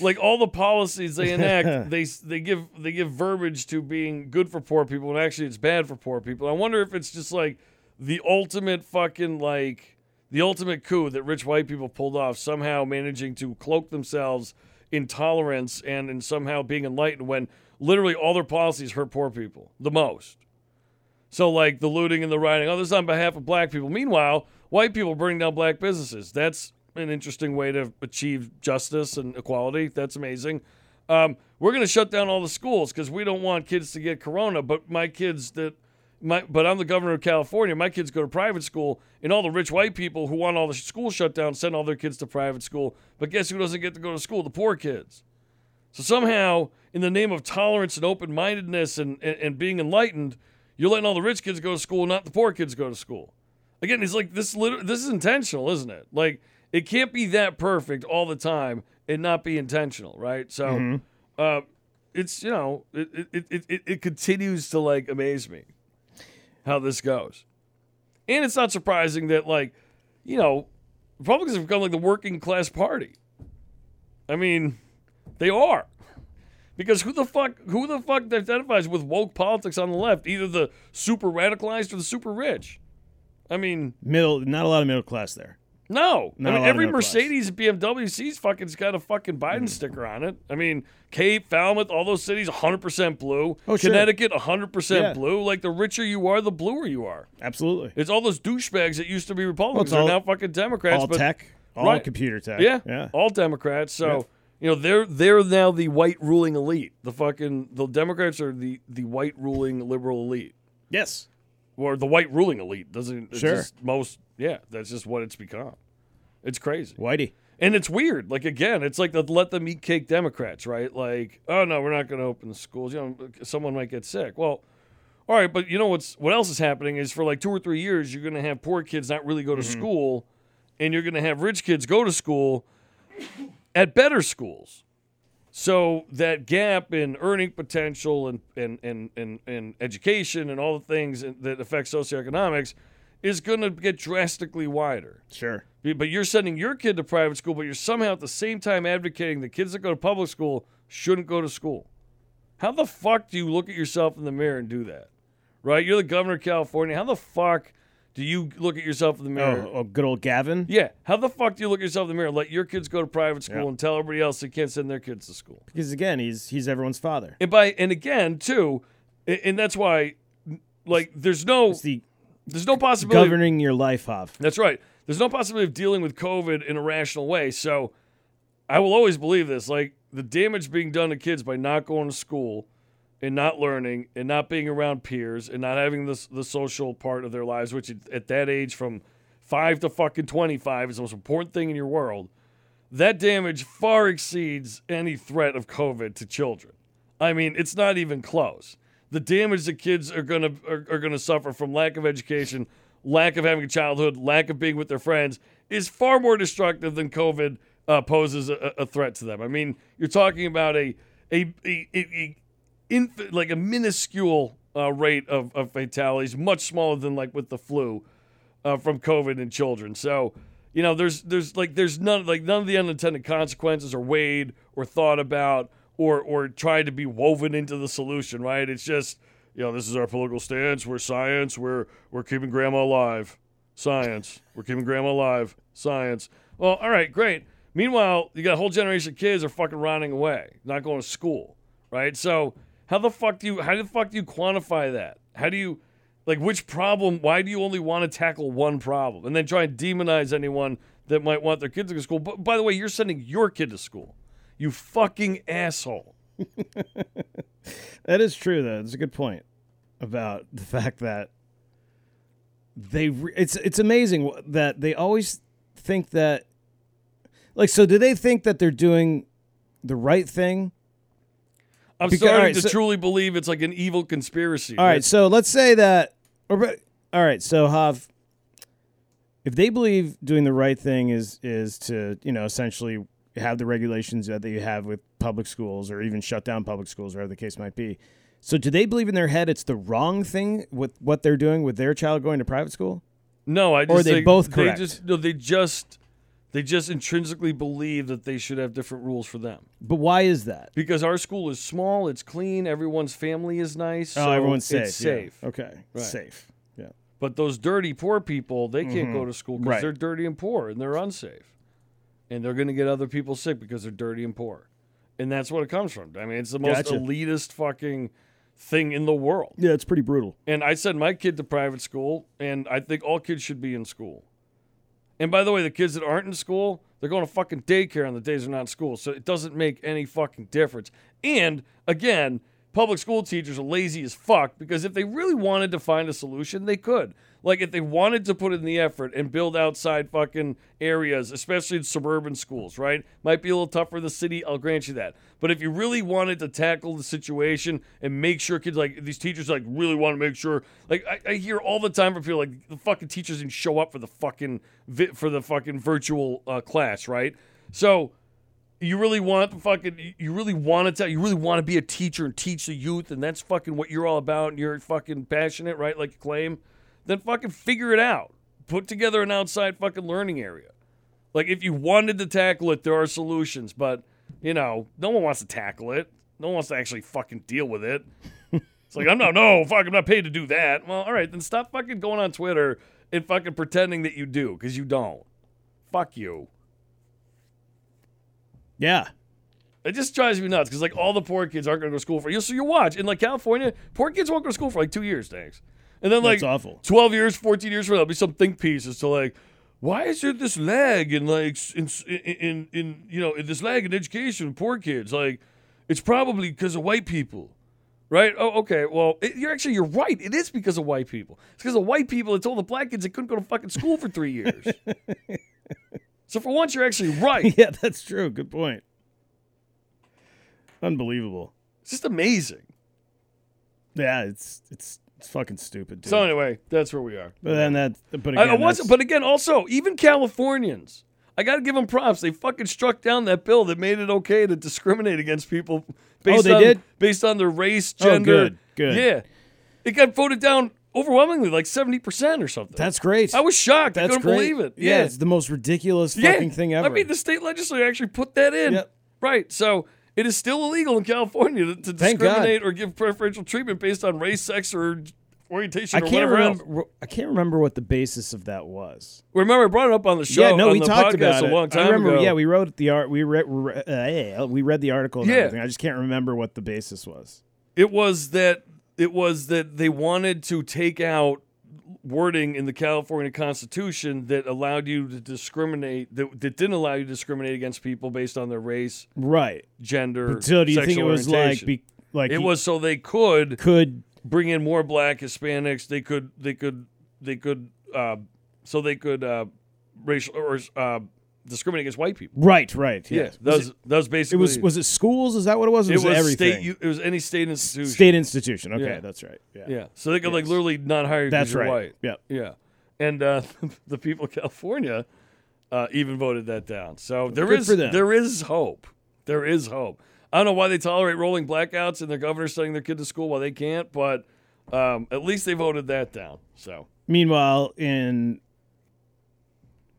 Like all the policies they enact, they they give they give verbiage to being good for poor people, and actually it's bad for poor people. I wonder if it's just like the ultimate fucking like the ultimate coup that rich white people pulled off, somehow managing to cloak themselves in tolerance and in somehow being enlightened when literally all their policies hurt poor people the most. So like the looting and the rioting, oh, this is on behalf of black people. Meanwhile, white people burning down black businesses. That's an interesting way to achieve justice and equality. That's amazing. Um, we're gonna shut down all the schools because we don't want kids to get corona. But my kids that my but I'm the governor of California. My kids go to private school, and all the rich white people who want all the school shut down send all their kids to private school. But guess who doesn't get to go to school? The poor kids. So somehow, in the name of tolerance and open mindedness and, and, and being enlightened, you're letting all the rich kids go to school, not the poor kids go to school. Again, it's like this. Lit- this is intentional, isn't it? Like it can't be that perfect all the time and not be intentional, right? So, uh, it's you know, it it, it it it continues to like amaze me how this goes, and it's not surprising that like you know, Republicans have become like the working class party. I mean, they are. Because who the fuck who the fuck identifies with woke politics on the left? Either the super radicalized or the super rich. I mean,
middle, not a lot of middle class there.
no.
Not a
I mean,
lot of
every
middle class. Mm.
Mercedes and BMW C's fucking's got a fucking Biden sticker on it. I mean, Cape, Falmouth, all those cities, 100% blue.
Oh, sure.
Connecticut, 100%
Yeah.
blue. Like, the richer you are, the bluer you are.
Absolutely.
It's all those douchebags that used to be Republicans
all-
are now fucking Democrats.
all
but
tech, all
right.
computer tech.
Yeah,
yeah.
all Democrats. So you know they're they're now the white ruling elite. The fucking the Democrats are the the white ruling liberal elite
Yes.
or the white ruling elite. Doesn't it's
Sure.
just most yeah. That's just what it's become. It's crazy
Whitey.
and it's weird. Like again, it's like the let them eat cake Democrats, right? Like oh no, we're not going to open the schools. You know, someone might get sick. Well. All right, but you know what's what else is happening is for like two or three years you're going to have poor kids not really go to school, and you're going to have rich kids go to school, at better schools. So that gap in earning potential and and and and, and education and all the things that affect socioeconomics is going to get drastically wider.
Sure.
But you're sending your kid to private school, but you're somehow at the same time advocating the kids that go to public school shouldn't go to school. How the fuck do you look at yourself in the mirror and do that? Right? You're the governor of California. How the fuck do you look at yourself in the mirror?
Oh, oh, good old Gavin.
Yeah. How the fuck do you look at yourself in the mirror? and Let your kids go to private school
Yeah.
and tell everybody else they can't send their kids to school.
Because again, he's he's everyone's father.
And by and again too, a- and that's why, like, there's no
It's the
there's no possibility.
governing your life, Hov.
That's right. There's no possibility of dealing with COVID in a rational way. So I will always believe this. Like the damage being done to kids by not going to school and not learning and not being around peers and not having this the social part of their lives, which at- at that age from five to fucking twenty five is the most important thing in your world. That damage far exceeds any threat of COVID to children. I mean, it's not even close. The damage that kids are gonna are, are gonna suffer from lack of education, lack of having a childhood, lack of being with their friends is far more destructive than COVID uh, poses a, a threat to them. I mean, you're talking about a a a, a, a inf- like a minuscule uh, rate of, of fatalities, much smaller than like with the flu uh, from COVID in children. So, you know, there's there's like there's none like none of the unintended consequences are weighed or thought about or or tried to be woven into the solution. Right? It's just you know this is our political stance. We're science. We're we're keeping grandma alive. Science. We're keeping grandma alive. Science. Well, all right, great. Meanwhile, you got a whole generation of kids are fucking running away, not going to school, right? So how the fuck do you how the fuck do you quantify that? How do you like which problem? Why do you only want to tackle one problem and then try and demonize anyone that might want their kids to go to school? But by the way, you're sending your kid to school. You fucking asshole.
That is true, though. That's a good point about the fact that they. Re- it's it's amazing wh- that they always think that, like, so do they think that they're doing the right thing?
I'm
Because-
starting
alright,
to
so-
truly believe it's like an evil conspiracy.
All right, so let's say that. Or, but- all right, so Hav, if they believe doing the right thing is is to you know essentially have the regulations that you have with public schools or even shut down public schools, whatever the case might be. So do they believe in their head it's the wrong thing with what they're doing with their child going to private school?
No, I just
Or they
think
both
they
correct?
just no, they just they just intrinsically believe that they should have different rules for them.
But why is that?
Because our school is small, it's clean, everyone's family is nice, so
oh, everyone's safe.
It's
yeah.
safe.
Okay, safe. Yeah.
But those dirty poor people, they can't go to school because
Mm-hmm. Right.
they're dirty and poor and they're unsafe. And they're going to get other people sick because they're dirty and poor. And that's what it comes from. I mean, it's the most
Gotcha.
elitist fucking thing in the world.
Yeah, it's pretty brutal.
And I sent my kid to private school, and I think all kids should be in school. And by the way, the kids that aren't in school, they're going to fucking daycare on the days they're not in school. So it doesn't make any fucking difference. And again, public school teachers are lazy as fuck because if they really wanted to find a solution, they could. Like if they wanted to put in the effort and build outside fucking areas, especially in suburban schools, right? Might be a little tougher in the city, I'll grant you that. But if you really wanted to tackle the situation and make sure kids like these teachers like really want to make sure like I, I hear all the time from people like the fucking teachers didn't show up for the fucking vi- for the fucking virtual uh, class, right? So you really want the fucking you- you really want to tell you really want to be a teacher and teach the youth and that's fucking what you're all about and you're fucking passionate right like you claim then fucking figure it out put together an outside fucking learning area like if you wanted to tackle it there are solutions but you know no one wants to tackle it no one wants to actually fucking deal with it it's like I'm not no fuck I'm not paid to do that well all right then stop fucking going on Twitter and fucking pretending that you do because you don't fuck you
Yeah.
It just drives me nuts because like all the poor kids aren't going to go to school for you. So you watch in like California, poor kids won't go to school for like two years, thanks. And then like
That's awful.
twelve years, fourteen years from now, there'll be some think piece as to like why is there this lag in like s- in s- in, in, in you know in this lag in education in poor kids? Like it's probably because of white people. Right? Oh, okay. Well, it, you're actually you're right. It is because of white people. It's because of white people that told the black kids they couldn't go to fucking school for three years. so for once, you're actually right.
Yeah, that's true. Good point. Unbelievable.
It's just amazing.
Yeah, it's it's it's fucking stupid, dude.
So anyway, that's where we are.
but then that, but again,
I, I
that's-
wasn't, but again, also even Californians, I got to give them props. They fucking struck down that bill that made it okay to discriminate against people based
Oh, they
on
did? Oh,
based on their race, gender.
good, good.
Yeah, it got voted down overwhelmingly, like seventy percent or something.
that's great.
I was shocked. I
that's
couldn't
great.
believe it.
Yeah. it's the most ridiculous
Yeah.
fucking thing ever.
I mean, the state legislature actually put that in.
Yep.
Right. So it is still illegal in California to, to
Thank God.
discriminate or give preferential treatment based on race, sex, or orientation
I
or
can't
whatever else.
remember. I can't remember what the basis of that was.
Remember, I brought it up on the show.
yeah, no,
on
we
the
talked
podcast
about
a
it.
long time
I remember.
ago.
Yeah, we wrote the art. We read. re- Uh, yeah, we read the article. And
Yeah.
everything. I just can't remember what the basis was.
it was that it was that they wanted to take out wording in the California Constitution that allowed you to discriminate that, that didn't allow you to discriminate against people based on their race,
Right.
gender.
So do you think it
sexual
was like,
orientation.
be, like
it
you
was so they could
could
bring in more black Hispanics. They could they could they could uh, so they could uh, racial or uh, discriminate against white people.
right, right. Yeah.
Yeah, that was, that was basically
it was was it schools? Is that what it was? Or
it was
everything.
state. u- It was any state institution.
State institution. Okay,
Yeah.
that's right. Yeah,
Yeah. So they could like
Yes.
literally not hire you
that's
'cause you're
right.
white.
Yep.
Yeah. And uh, the people of California uh, even voted that down. So there
Good
is
for them.
there is hope. There is hope. I don't know why they tolerate rolling blackouts and their governor's sending their kid to school while they can't, but um, at least they voted that down. So
Meanwhile, in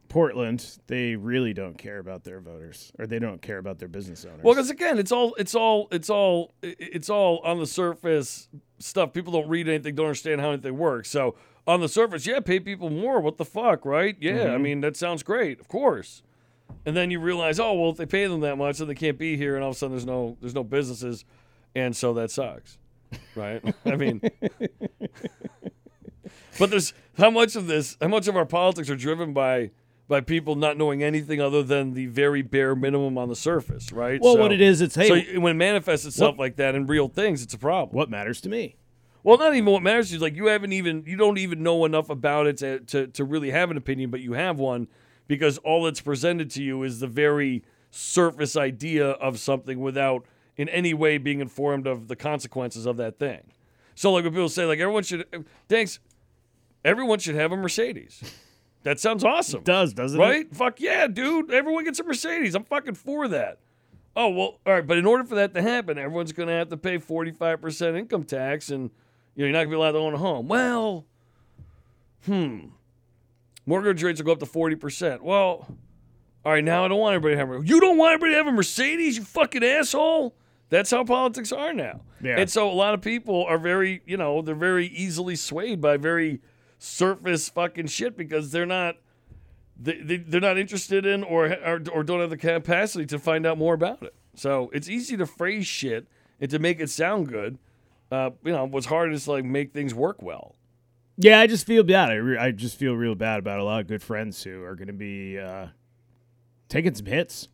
Portland, they really don't care about their voters, or they don't care about their business owners.
well, because again, it's all it's all it's all i- i- it's all on the surface stuff. People don't read anything, don't understand how anything works. So on the surface, yeah, pay people more. What the fuck, right? Yeah, I mean that sounds great, of course. And then you realize, oh well, if they pay them that much, then they can't be here, and all of a sudden there's no there's no businesses, and so that sucks, right? I mean, but there's how much of this, how much of our politics are driven by by people not knowing anything other than the very bare minimum on the surface, right?
Well, what it is, it's, hey-
so y- when it manifests itself
What-
like that in real things, it's a problem.
What matters to me?
Well, not even what matters is like you haven't even you don't even know enough about it to, to to really have an opinion, but you have one because all that's presented to you is the very surface idea of something without in any way being informed of the consequences of that thing. So like when people say like everyone should uh, thanks everyone should have a Mercedes. That sounds awesome.
Does doesn't it?
Right? Fuck yeah, dude. Everyone gets a Mercedes. I'm fucking for that. Oh, well, all right. But in order for that to happen, everyone's going to have to pay 45% income tax and you know, you're not going to be allowed to own a home. Well, hmm. Mortgage rates will go up to 40%. Well, all right. Now I don't want everybody to have a You don't want everybody to have a Mercedes, you fucking asshole. That's how politics are now.
Yeah.
And so a lot of people are very, you know, they're very easily swayed by very surface fucking shit because they're not they, they, they're not interested in or, or or don't have the capacity to find out more about it. So it's easy to phrase shit and to make it sound good. Uh, you know, what's hard is to, like make things work well.
Yeah, I just feel bad. I, re- I just feel real bad about a lot of good friends who are going to be uh, taking some hits.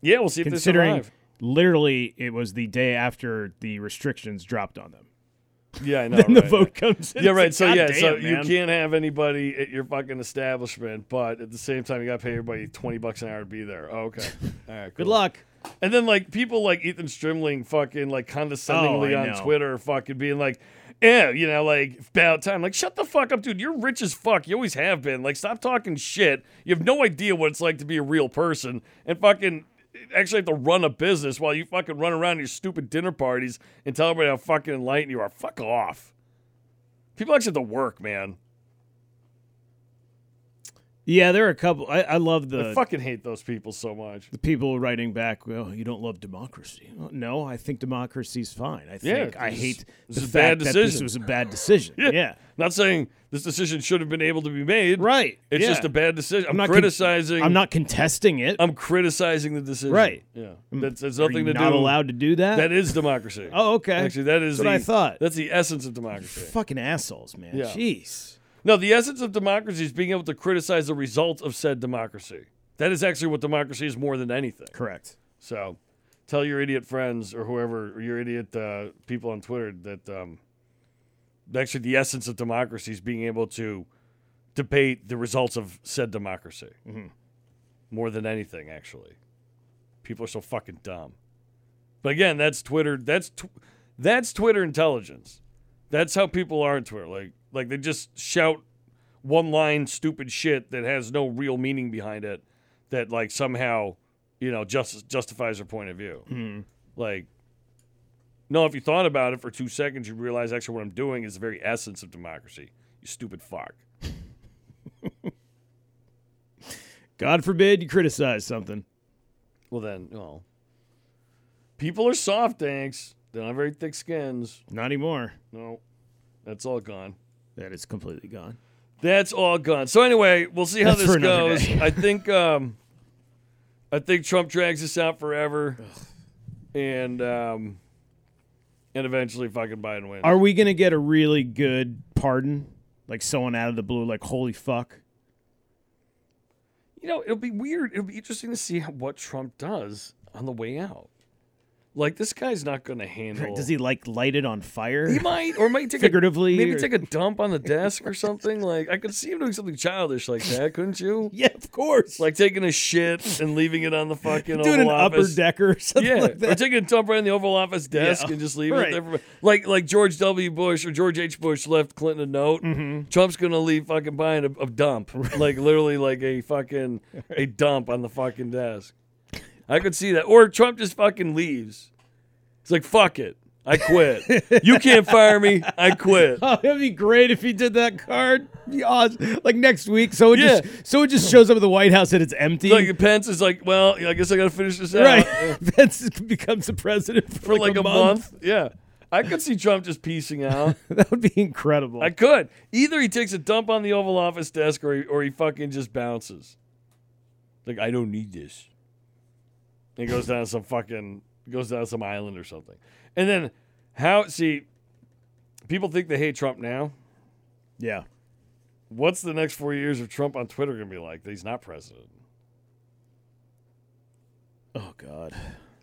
Yeah, we'll see if they
Considering
survive.
literally it was the day after the restrictions dropped on them.
Yeah, I know.
Then the
right?
vote comes in.
Yeah,
It's
right.
like,
So yeah, so
"Goddamn,
you
man."
can't have anybody at your fucking establishment, but at the same time, you got to pay everybody twenty bucks an hour to be there. Oh, okay. All right.
Good
cool.
luck.
And then like people like Ethan Strimling fucking like condescendingly
Oh, I
on
know.
Twitter fucking being like, yeah, you know, like about time. Like, shut the fuck up, dude. You're rich as fuck. You always have been. Like, stop talking shit. You have no idea what it's like to be a real person and fucking actually have to run a business while you fucking run around your stupid dinner parties and tell everybody how fucking enlightened you are. Fuck off. People actually have to work, man.
Yeah, there are a couple. I, I love the,
I fucking hate those people so much.
the people writing back. Well, you don't love democracy. Well, no, I think democracy's fine. I
Yeah,
think I
this-
hate the
this is a
fact
bad
that this
decision.
was a bad decision. yeah.
Not saying this decision should have been able to be made.
right.
It's
Yeah.
just a bad decision. I'm,
not con-
criticizing.
I'm not contesting it.
I'm criticizing the decision.
Right. Mm.
Yeah. That's, that's
Are you
nothing to
not
do.
allowed to do that.
That is democracy.
oh, okay.
Actually, that is
That's what I
the-
thought.
That's the essence of democracy.
Fucking assholes, man.
Yeah.
Jeez.
No, the essence of democracy is being able to criticize the results of said democracy. That is actually what democracy is more than anything.
Correct.
So, tell your idiot friends or whoever or your idiot uh, people on Twitter that um, actually the essence of democracy is being able to debate the results of said democracy. More than anything, actually, people are so fucking dumb. But again, that's Twitter. That's tw- that's Twitter intelligence. That's how people are on Twitter. Like like they just shout one line stupid shit that has no real meaning behind it. That like somehow you know just justifies their point of view.
Mm-hmm.
Like no, if you thought about it for two seconds, you realize actually what I'm doing is the very essence of democracy. You stupid fuck.
God forbid you criticize something.
Well then, well, people are soft tanks. They don't have very thick skins.
Not anymore.
No, that's all gone.
That is completely gone.
That's all gone. So anyway, we'll see how
That's
this
for another
goes.
day.
I think um, I think Trump drags this out forever, and um, and eventually fucking Biden wins.
Are we gonna get a really good pardon? Like someone out of the blue, like holy fuck.
you know, it'll be weird. It'll be interesting to see how, what Trump does on the way out. Like this guy's not going to handle.
Does he like light it on fire?
He might, or might take
Figuratively,
a, maybe
or-
take a dump on the desk or something. Like I could see him doing something childish like that, couldn't you?
yeah, of course.
Like taking a shit and leaving it on the fucking
doing an
Oval Office.
upper decker or something
Yeah,
like
or
that.
taking a dump right in the Oval Office desk
Yeah.
and just leaving it
Right.
there. For, like like George W. Bush or George H. Bush left Clinton a note.
Mm-hmm.
Trump's gonna leave fucking buying a, a dump, like literally like a fucking a dump on the fucking desk. I could see that, or Trump just fucking leaves. It's like fuck it, I quit. you can't fire me, I quit.
Oh, that'd be great if he did that card. Be awesome. Like next week, someone
Yeah.
just someone just shows up at the White House and it's empty.
Like Pence is like, well, I guess I gotta finish this out.
right. Pence becomes the president for,
For like, a, month. Yeah. I could see Trump just piecing out.
That would be incredible.
I could. Either he takes a dump on the Oval Office desk or he, or he fucking just bounces. Like, I don't need this. And he goes down some fucking, goes down some island or something. And then how, see, people think they hate Trump now.
yeah.
What's the next four years of Trump on Twitter gonna be like? That he's not president.
Oh God.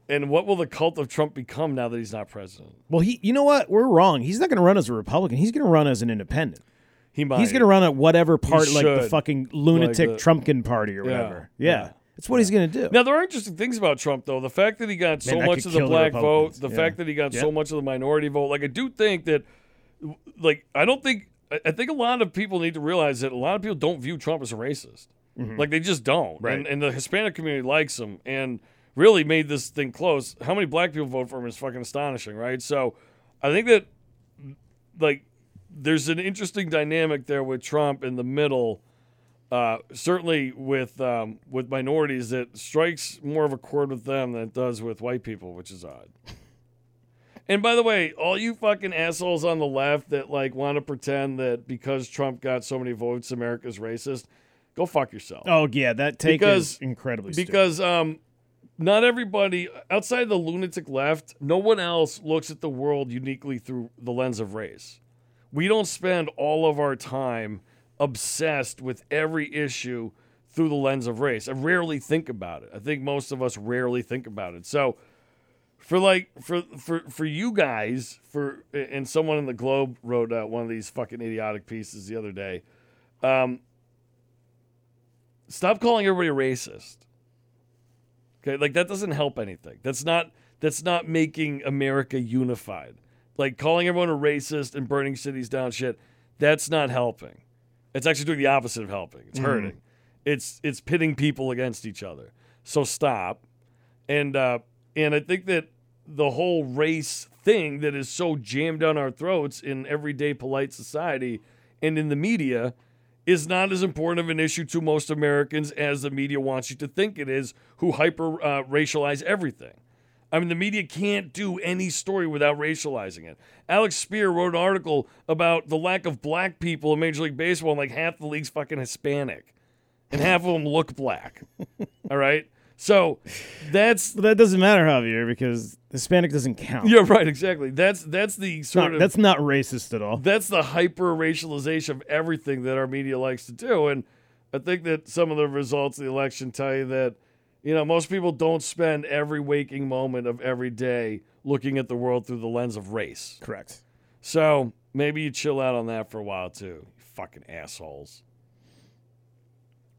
And what will the cult of Trump become now that he's not president?
Well, he. You know what? We're wrong. He's not going to run as a Republican. He's going to run as an independent.
He might.
He's going to run at whatever part, like the
should.
fucking lunatic
Like the-
Trumpkin party or whatever. Yeah.
yeah.
That's what he's going to do.
Now there are interesting things about Trump, though. The fact that he got so
that
much
could
of the
kill the
black vote,
Republicans.
the
Yeah.
fact that he got so
Yep.
much of the minority vote. Like I do think that, like I don't think I I think a lot of people need to realize that a lot of people don't view Trump as a racist. Like they just don't.
Mm-hmm. Right.
And, and the Hispanic community likes him and really made this thing close. How many black people vote for him is fucking astonishing, right? So I think that like there's an interesting dynamic there with Trump in the middle. Uh, certainly with um, with minorities that strikes more of a chord with them than it does with white people, which is odd. And by the way, all you fucking assholes on the left that like want to pretend that because Trump got so many votes, America's racist, go fuck yourself.
Oh yeah, that take
Because-
is incredibly stupid.
because um, not everybody outside the lunatic left, no one else looks at the world uniquely through the lens of race. We don't spend all of our time obsessed with every issue through the lens of race. I rarely think about it. I think most of us rarely think about it. So for like for for for you guys for and someone in the globe wrote uh, one of these fucking idiotic pieces the other day um stop calling everybody a racist okay like that doesn't help anything that's not that's not making america unified like calling everyone a racist and burning cities down shit that's not helping it's actually doing the opposite of helping it's hurting it's it's pitting people against each other so stop and uh, and I think that the whole race thing that is so jammed down our throats in everyday polite society and in the media is not as important of an issue to most Americans as the media wants you to think it is, who hyper uh, racialize everything. I mean, the media can't do any story without racializing it. Alex Spear wrote an article about the lack of black people in Major League Baseball, and like half the league's fucking Hispanic, and half of them look black. All right, so that's
But that doesn't matter, Javier, because Hispanic doesn't count.
yeah, right, exactly. That's that's the
It's not-
sort of
that's not racist at all.
that's the hyper racialization of everything that our media likes to do. And I think that some of the results of the election tell you that, you know, most people don't spend every waking moment of every day looking at the world through the lens of race.
Correct.
So maybe you chill out on that for a while too. You fucking assholes.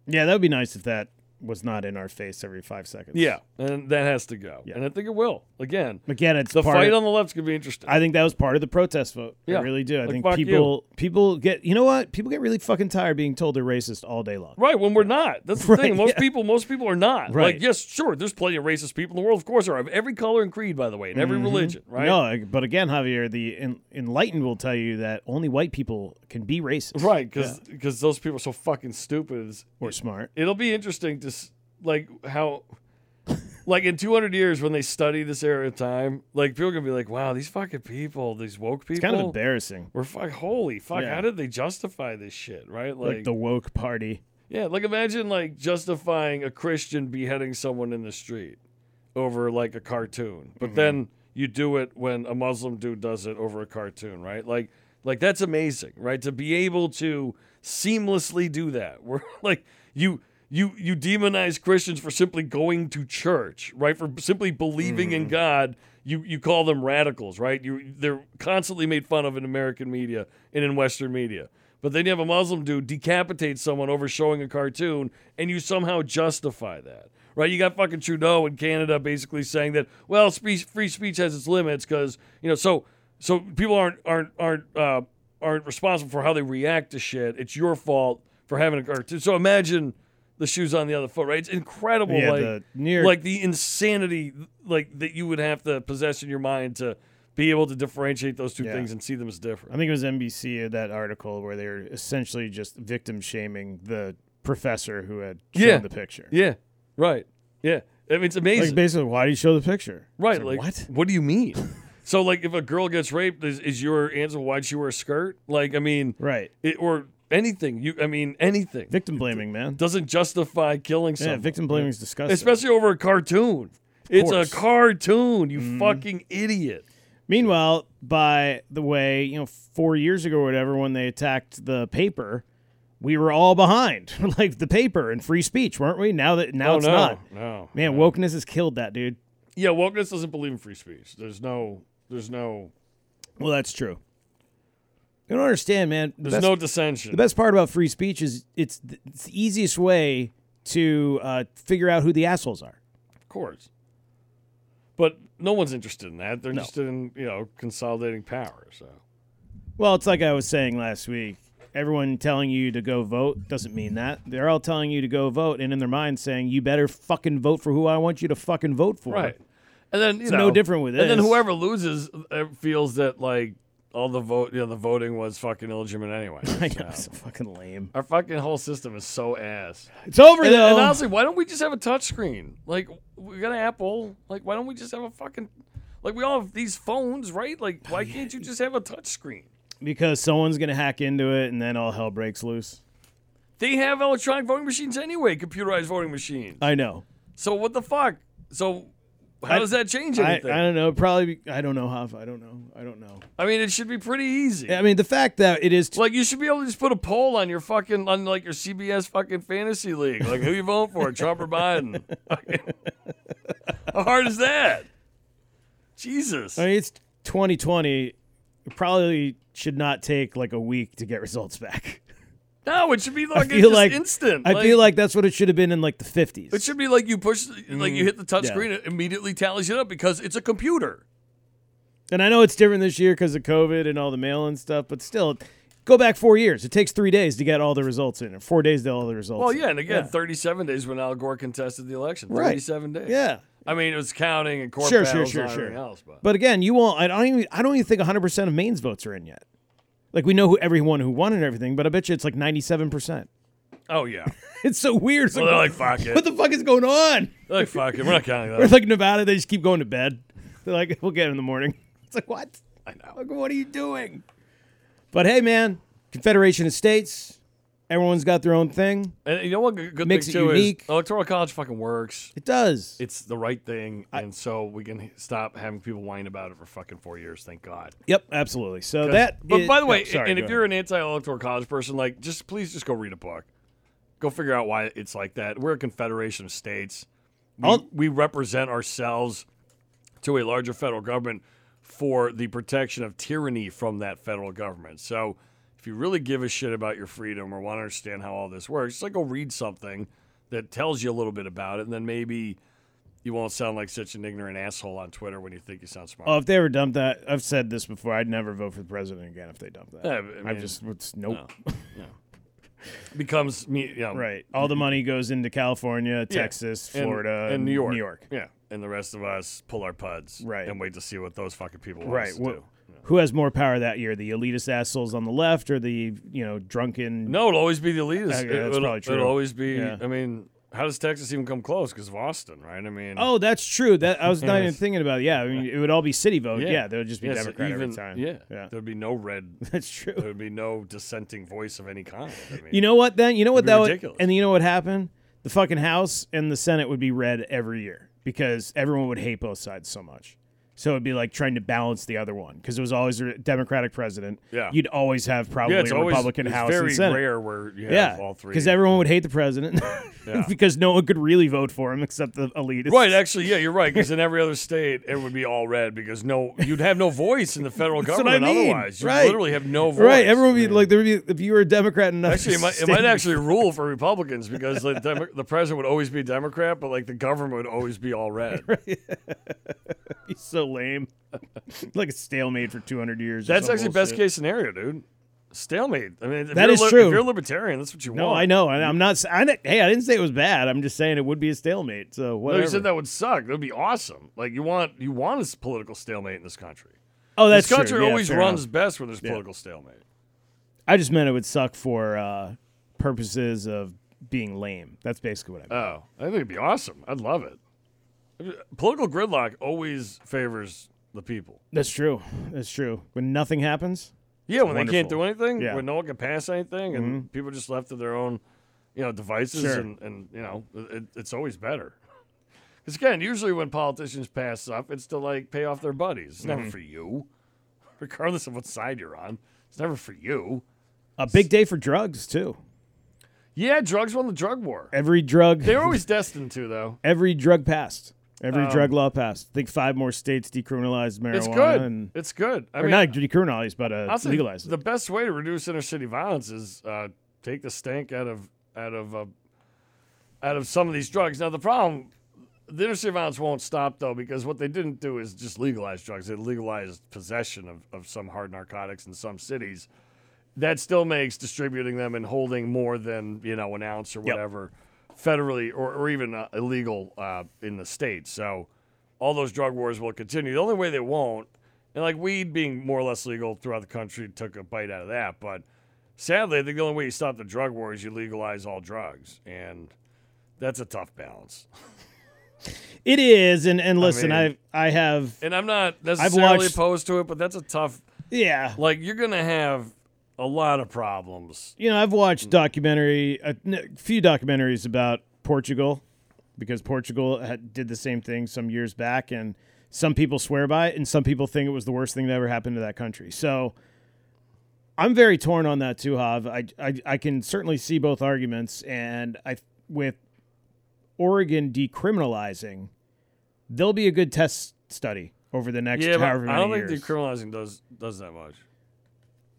Yeah, that would be nice if that was not in our face every five seconds.
Yeah. And that has to go.
Yeah.
And I think it will. Again,
Again, it's
the
part
fight
of-
on the left's gonna be interesting.
I think that was part of the protest vote.
Yeah.
I really do. I
Like,
think
fuck you.
people people get you know what? People get really fucking tired being told they're racist all day long.
Right, when we're not. That's the
Right,
thing. Most
yeah.
people most people are not.
Right.
Like, yes, sure, there's plenty of racist people in the world. Of course there are. Of every color and creed, by the way, and every religion, right?
Mm-hmm. No, but again, Javier, the en- enlightened will tell you that only white people can be racist.
Right, because those people are so fucking stupid. It's-
Or smart.
It'll be interesting to s- like how like in 200 years when they study this era of time, like people are gonna be like, wow, these fucking people, these woke people,
It's kind of embarrassing.
we're fuck, holy fuck,
Yeah.
how did they justify this shit, right?
Like, the woke party.
Yeah, like imagine like justifying a Christian beheading someone in the street over like a cartoon. But then you do it when a Muslim dude does it over a cartoon, right? Like like that's amazing, right? To be able to seamlessly do that. Where like you you you demonize Christians for simply going to church, right? For simply believing in God. You you call them radicals, right? You they're constantly made fun of in American media and in Western media. But then you have a Muslim dude decapitate someone over showing a cartoon, and you somehow justify that, right? You got fucking Trudeau in Canada basically saying that well, speech, free speech has its limits because you know so so people aren't aren't aren't uh, aren't responsible for how they react to shit. It's your fault for having a cartoon. So imagine the shoes on the other foot, right? It's incredible,
Yeah,
like
the near-
like the insanity like that you would have to possess in your mind to be able to differentiate those two
Yeah.
things and see them as
I
different.
think it was NBC uh, that article where they were essentially just victim shaming the professor who had shown
Yeah.
the picture.
Yeah, right. Yeah, I mean it's amazing.
Like basically, why do you show the picture?
Right.
It's
Like,
what?
do you mean? so, like, if a girl gets raped, is, is your answer why'd she wear a skirt? Like, I mean,
Right.
it, or anything. You, I mean, anything
Victim blaming, man.
doesn't justify killing
Yeah,
someone.
victim blaming is disgusting.
especially over a cartoon. It's a
course. Mm-hmm.
cartoon. You fucking idiot.
Meanwhile, by the way, you know, four years ago or whatever, when they attacked the paper, we were all behind like the paper and free speech, weren't we? Now that now
oh,
it's
no,
not.
no.
Man, wokeness has killed that dude.
Yeah, wokeness doesn't believe in free speech. There's no, there's no,
Well, that's true. You don't understand, man. The
there's
best,
no
the
dissension.
best part about free speech is it's th- it's the easiest way to uh, figure out who the assholes are.
Of course. But no one's interested in that. They're interested in you know consolidating power. So
Well, it's like I was saying last week. Everyone telling you to go vote doesn't mean that. They're all telling you to go vote, and in their mind saying, "You better fucking vote for who I want you to fucking vote for."
right, and then you
It's
know,
no different with
And then
this.
whoever loses uh, feels that like all the vote, you know, the voting was fucking illegitimate anyway.
I
So,
know, it's so fucking lame.
Our fucking whole system is so ass.
It's over
And,
though.
and honestly, why don't we just have a touchscreen? Like we got an Apple. Like why don't we just have a fucking like we all have these phones, right? Like why can't you just have a touchscreen?
because someone's gonna hack into it, and then all hell breaks loose.
They have electronic voting machines anyway, computerized voting machines.
I know.
So what the fuck? So how
I-
does that change
I, I
anything? I,
don't know. Probably. I don't know how. I don't know. I don't know.
mean, it should be pretty easy.
I mean, the fact that it is. T-
Like you should be able to just put a poll on your fucking on like your CBS fucking fantasy league. Like who you voting for, Trump or Biden? How hard is that? Jesus.
I mean, it's 2020. It probably should not take like a week to get results back.
No, it should be like,
feel
just
like-
instant.
I feel like that's what it should have been in like the 50s.
it should be like you push like you hit the touch
Mm, yeah.
screen, it immediately tallies it up because it's a computer.
and I know it's different this year because of COVID and all the mail and stuff, but still, go back four years. It takes three days to get all the results in, or four days to get all the results.
Well,
in.
Oh, yeah, and again, 37 days when Al Gore contested the election.
Right.
37 days.
yeah.
I mean, it was counting and court
Sure, sure,
battles
sure,
and
sure.
everything else, but,
But again, you won't. I don't even. I don't even think 100 percent of Maine's votes are in yet. Like we know who everyone who won and everything, but I bet you it's like 97 percent.
oh yeah,
It's so weird. It's
well,
like,
they're like fuck it,
what
they're
the fuck is going on?
like fuck it, we're not counting
Or
that.
like Nevada, they just keep going to bed. They're like, we'll get it in the morning. It's like what?
I know.
Like, what are you doing? But hey, man, Confederation of States. Everyone's got their own thing.
And you know what? Good
Makes
thing
it
too
unique.
is electoral college fucking works.
It does.
It's the right thing, and so we can stop having people whine about it for fucking four years. Thank God.
yep, absolutely. So that.
But
is-
by the way,
oh, sorry, go
and if
ahead.
you're an anti-electoral college person, like just please just go read a book, go figure out why it's like that. We're a confederation of states. We,
I'll-
we represent ourselves to a larger federal government for the protection of tyranny from that federal government. So if you really give a shit about your freedom or want to understand how all this works, just like go read something that tells you a little bit about it, and then maybe you won't sound like such an ignorant asshole on Twitter when you think you sound smart.
Oh, if they ever dump that, I've said this before. I'd never vote for the president again if they dump that.
Yeah, I
I,
mean,
just it's, nope.
Becomes me, you know,
Right. All the money goes into California,
Yeah.
Texas,
And-
Florida,
and, New York.
New York.
Yeah, and the rest of us pull our puds,
Right.
and wait to see what those fucking people want
Right.
us to
Wh-
do.
Who has more power that year, the elitist assholes on the left or the you know drunken?
No, it'll always be the elitists.
Okay, that's
it'll,
probably true.
it'll always be.
Yeah.
I mean, how does Texas even come close? Because of Austin, right? I mean,
Oh, that's true. That I was not even
Yes.
thinking about. it. Yeah, I mean, it would all be city vote. Yeah,
Yeah.
there would just be
yeah, so
Democrat every
even-
time.
Yeah,
yeah,
there'd be no red.
that's true.
there'd be no dissenting voice of any kind. I mean,
You know what? Then you know what
be
that would,
ridiculous.
and you know what happened? The fucking House and the Senate would be red every year because everyone would hate both sides so much. So it'd be like trying to balance the other one because it was always a Democratic president.
Yeah.
you'd always have probably
yeah, it's
a
always
Republican
it's
House
very
and Senate.
rare where you have
yeah,
all three.
because everyone would hate the president
Yeah.
because no one could really vote for him except the elitists.
Right, actually, yeah, you're right. Because in every other state, it would be all red because no, you'd have no voice in the federal
what I
government.
mean.
Otherwise, you
Right.
literally have no voice.
Right, everyone would
I
be
mean,
like, there would be if you were a Democrat enough.
Actually, it might, it might actually rule for Republicans because the, Demo- the president would always be a Democrat, but like the government would always be all red.
be so lame, like a stalemate for two hundred years. or
That's
some
actually
bullshit.
best case scenario, dude. Stalemate. I mean, if
That
you're
is
li-
true.
If you're a libertarian, that's what you
No,
want.
I know, and I'm not. s- I, di- hey, I didn't say it was bad. I'm just saying it would be a stalemate. So
No,
whatever.
you said that would suck. That would be awesome. Like you want you want a s- political stalemate in this country.
oh, that's
this country
true. Yeah,
always
fair
runs
enough.
best when there's political stalemate.
I just meant it would suck for uh, purposes of being lame. That's basically what I meant.
Oh, I think it'd be awesome. I'd love it. Political gridlock always favors the people.
that's true. That's true. When nothing happens,
Yeah, when they can't do
wonderful.
anything,
Yeah. Mm-hmm.
when no one can pass anything, and people are just left to their own, you know, devices,
Sure.
and, and you know, it, it's always better. Because again, usually when politicians pass up, it's to like pay off their buddies. It's
Mm-hmm.
never for you, regardless of what side you're on. It's never for you.
a big day for drugs too.
Yeah, drugs won the drug war.
Every drug,
They were always destined to, though.
every drug passed. Every drug law passed. I think five more states decriminalized marijuana.
Um, It's good.
And,
it's good. I
or
mean,
not decriminalized, but uh,
I'll say
legalized.
The best way to reduce inner city violence is uh, take the stank out of out of uh, out of some of these drugs. Now the problem, the inner city violence won't stop though because what they didn't do is just legalize drugs. They legalized possession of, of some hard narcotics in some cities. That still makes distributing them and holding more than you know an ounce or whatever federally or, or even uh, illegal uh, in the states. So all those drug wars will continue. The only way they won't, and like weed being more or less legal throughout the country, took a bite out of that. But sadly, I think the only way you stop the drug war is you legalize all drugs, and that's a tough balance.
It is, and and listen,
mean-
I I have
And I'm not necessarily
watched-
opposed to it, but that's a tough.
yeah,
Like you're gonna have a lot of problems.
you know, I've watched documentary a n- few documentaries about Portugal because Portugal had, did the same thing some years back, and some people swear by it, and some people think it was the worst thing that ever happened to that country. So I'm very torn on that too, Hav. I I, I can certainly see both arguments, and I with Oregon decriminalizing, there'll be a good test study over the next
yeah,
however
but
many
I don't
years.
think decriminalizing does does that much.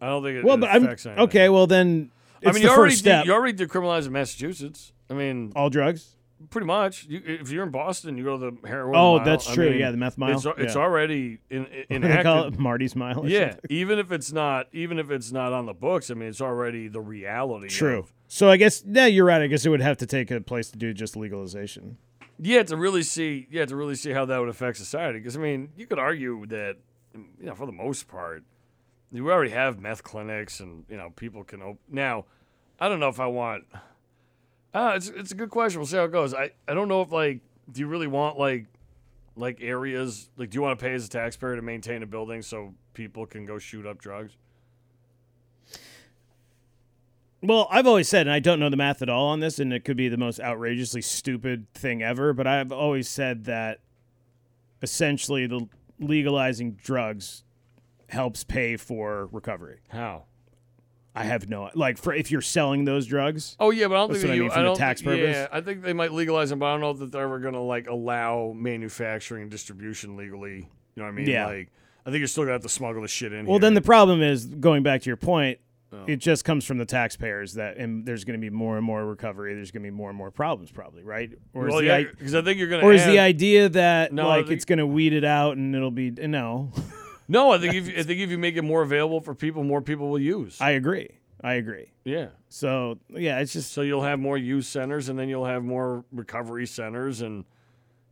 I don't think it,
well,
it
but I'm
affects anything.
okay. Well, then it's
I mean,
the
you already
first
de-
step.
you already decriminalized in Massachusetts. I mean,
All drugs.
pretty much. You, if you're in Boston, you go to the heroin.
Oh,
mile.
that's
I
true.
mean,
Yeah, the meth mile.
It's, it's
Yeah.
already in, in
They call it
enacted.
Marty's Mile. or
Yeah,
something.
even if it's not, even if it's not on the books, I mean, it's already the reality.
True.
of-
So I guess yeah, you're right. I guess it would have to take a place to do just legalization.
yeah, to really see, yeah, to really see how that would affect society. Because I mean, you could argue that, you know, for the most part, you already have meth clinics, and you know, people can op- now. I don't know if I want. Uh, it's it's a good question. We'll see how it goes. I, I don't know if like do you really want like like areas like do you want to pay as a taxpayer to maintain a building so people can go shoot up drugs?
Well, I've always said, and I don't know the math at all on this, and it could be the most outrageously stupid thing ever, but I've always said that essentially the legalizing drugs helps pay for recovery.
How?
I have no like for if you're selling those drugs.
Oh yeah, but I don't
That's
think
what I
you,
mean from a
don't,
tax
yeah,
purpose.
I think they might legalize them, but I don't know that they're ever gonna like allow manufacturing and distribution legally. You know what I mean?
Yeah.
Like I think you're still gonna have to smuggle the shit in.
Well,
here.
then the problem is going back to your point.
Oh.
It just comes from the taxpayers that, and there's going to be more and more recovery. There's going to be more and more problems, probably, right? Or
well,
is the
yeah,
i-
because I think you're gonna.
or is the
have-
idea that
No,
like
the-
it's going to weed it out and it'll be no?
no? I think if you- I think if you make it more available for people, more people will use.
I agree. I agree.
yeah.
So yeah, it's just
So you'll have more youth centers, and then you'll have more recovery centers, and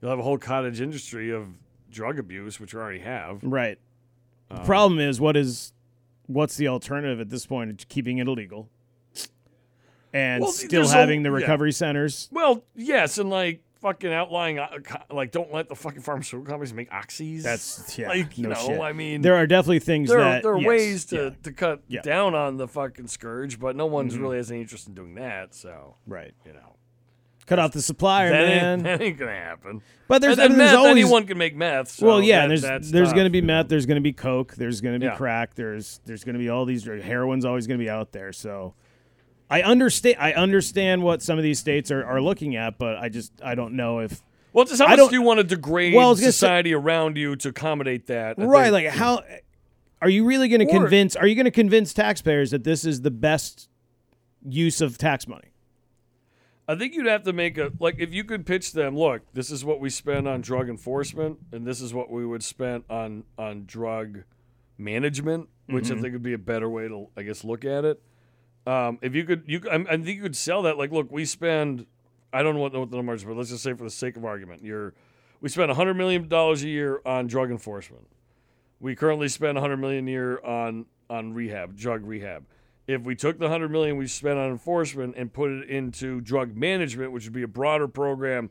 you'll have a whole cottage industry of drug abuse, which you already have.
right.
Um,
the problem is what is what's the alternative at this point? It's keeping it illegal and
Well,
still
there's a-
having the
yeah.
recovery centers.
Well, yes, and like fucking outlying, uh, co- like don't let the fucking pharmaceutical companies make oxies.
That's yeah.
like you
no
know,
shit.
I mean,
there are definitely things
there are,
that
there are
yes,
ways to,
yeah,
to cut
Yeah. Mm-hmm.
down on the fucking scourge, but no one's really has any interest in doing that. So
right
you know,
cut off the supplier,
that,
man.
ain't, that ain't gonna happen.
But there's,
and then
there's
meth,
always
anyone can make meth. So
well, yeah.
that-
there's
that's
there's
tough.
going to be meth. There's going to be coke. There's going to be
Yeah.
crack. There's there's going to be all these. Heroin's always going to be out there. So I understand. I understand what some of these states are, are looking at, but I just I don't know if
Well, just how
I
much
don't-
do you want to degrade
Well, I was gonna say-
society around you to accommodate that? I
right.
think-
Like how are you really going to
Or-
convince? Are you going to convince taxpayers that this is the best use of tax money?
I think you'd have to make a like if you could pitch them. Look, this is what we spend on drug enforcement, and this is what we would spend on on drug management, which I think would be a better way to, I guess, look at it. Um, if you could, you I, I think you could sell that. Like, look, we spend. I don't know what, know what the numbers, but let's just say for the sake of argument, you're we spend hundred million dollars a year on drug enforcement. We currently spend 100 million a year on on rehab, drug rehab. If we took the 100 million we spent on enforcement and put it into drug management, which would be a broader program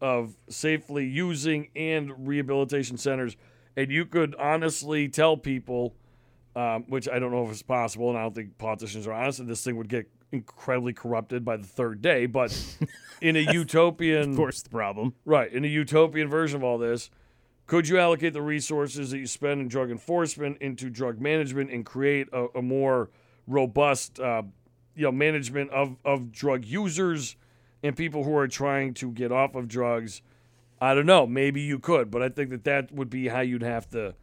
of safely using and rehabilitation centers, and you could honestly tell people, um, which I don't know if it's possible, and I don't think politicians are honest, and this thing would get incredibly corrupted by the third day, but in a utopian
Of course, the problem.
Right. In a utopian version of all this, could you allocate the resources that you spend in drug enforcement into drug management and create a, a more robust uh, you know management of of drug users and people who are trying to get off of drugs. I don't know. Maybe you could, but I think that that would be how you'd have to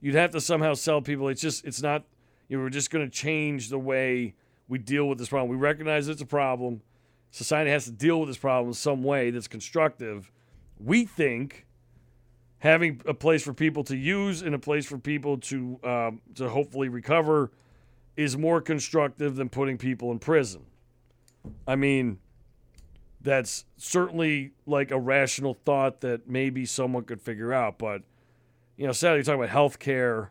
you'd have to somehow sell people. It's just it's not. You know, we're just going to change the way we deal with this problem. We recognize it's a problem. Society has to deal with this problem in some way that's constructive. We think having a place for people to use and a place for people to um, to hopefully recover is more constructive than putting people in prison. I mean, that's certainly like a rational thought that maybe someone could figure out, but you know, sadly, you're talking about healthcare,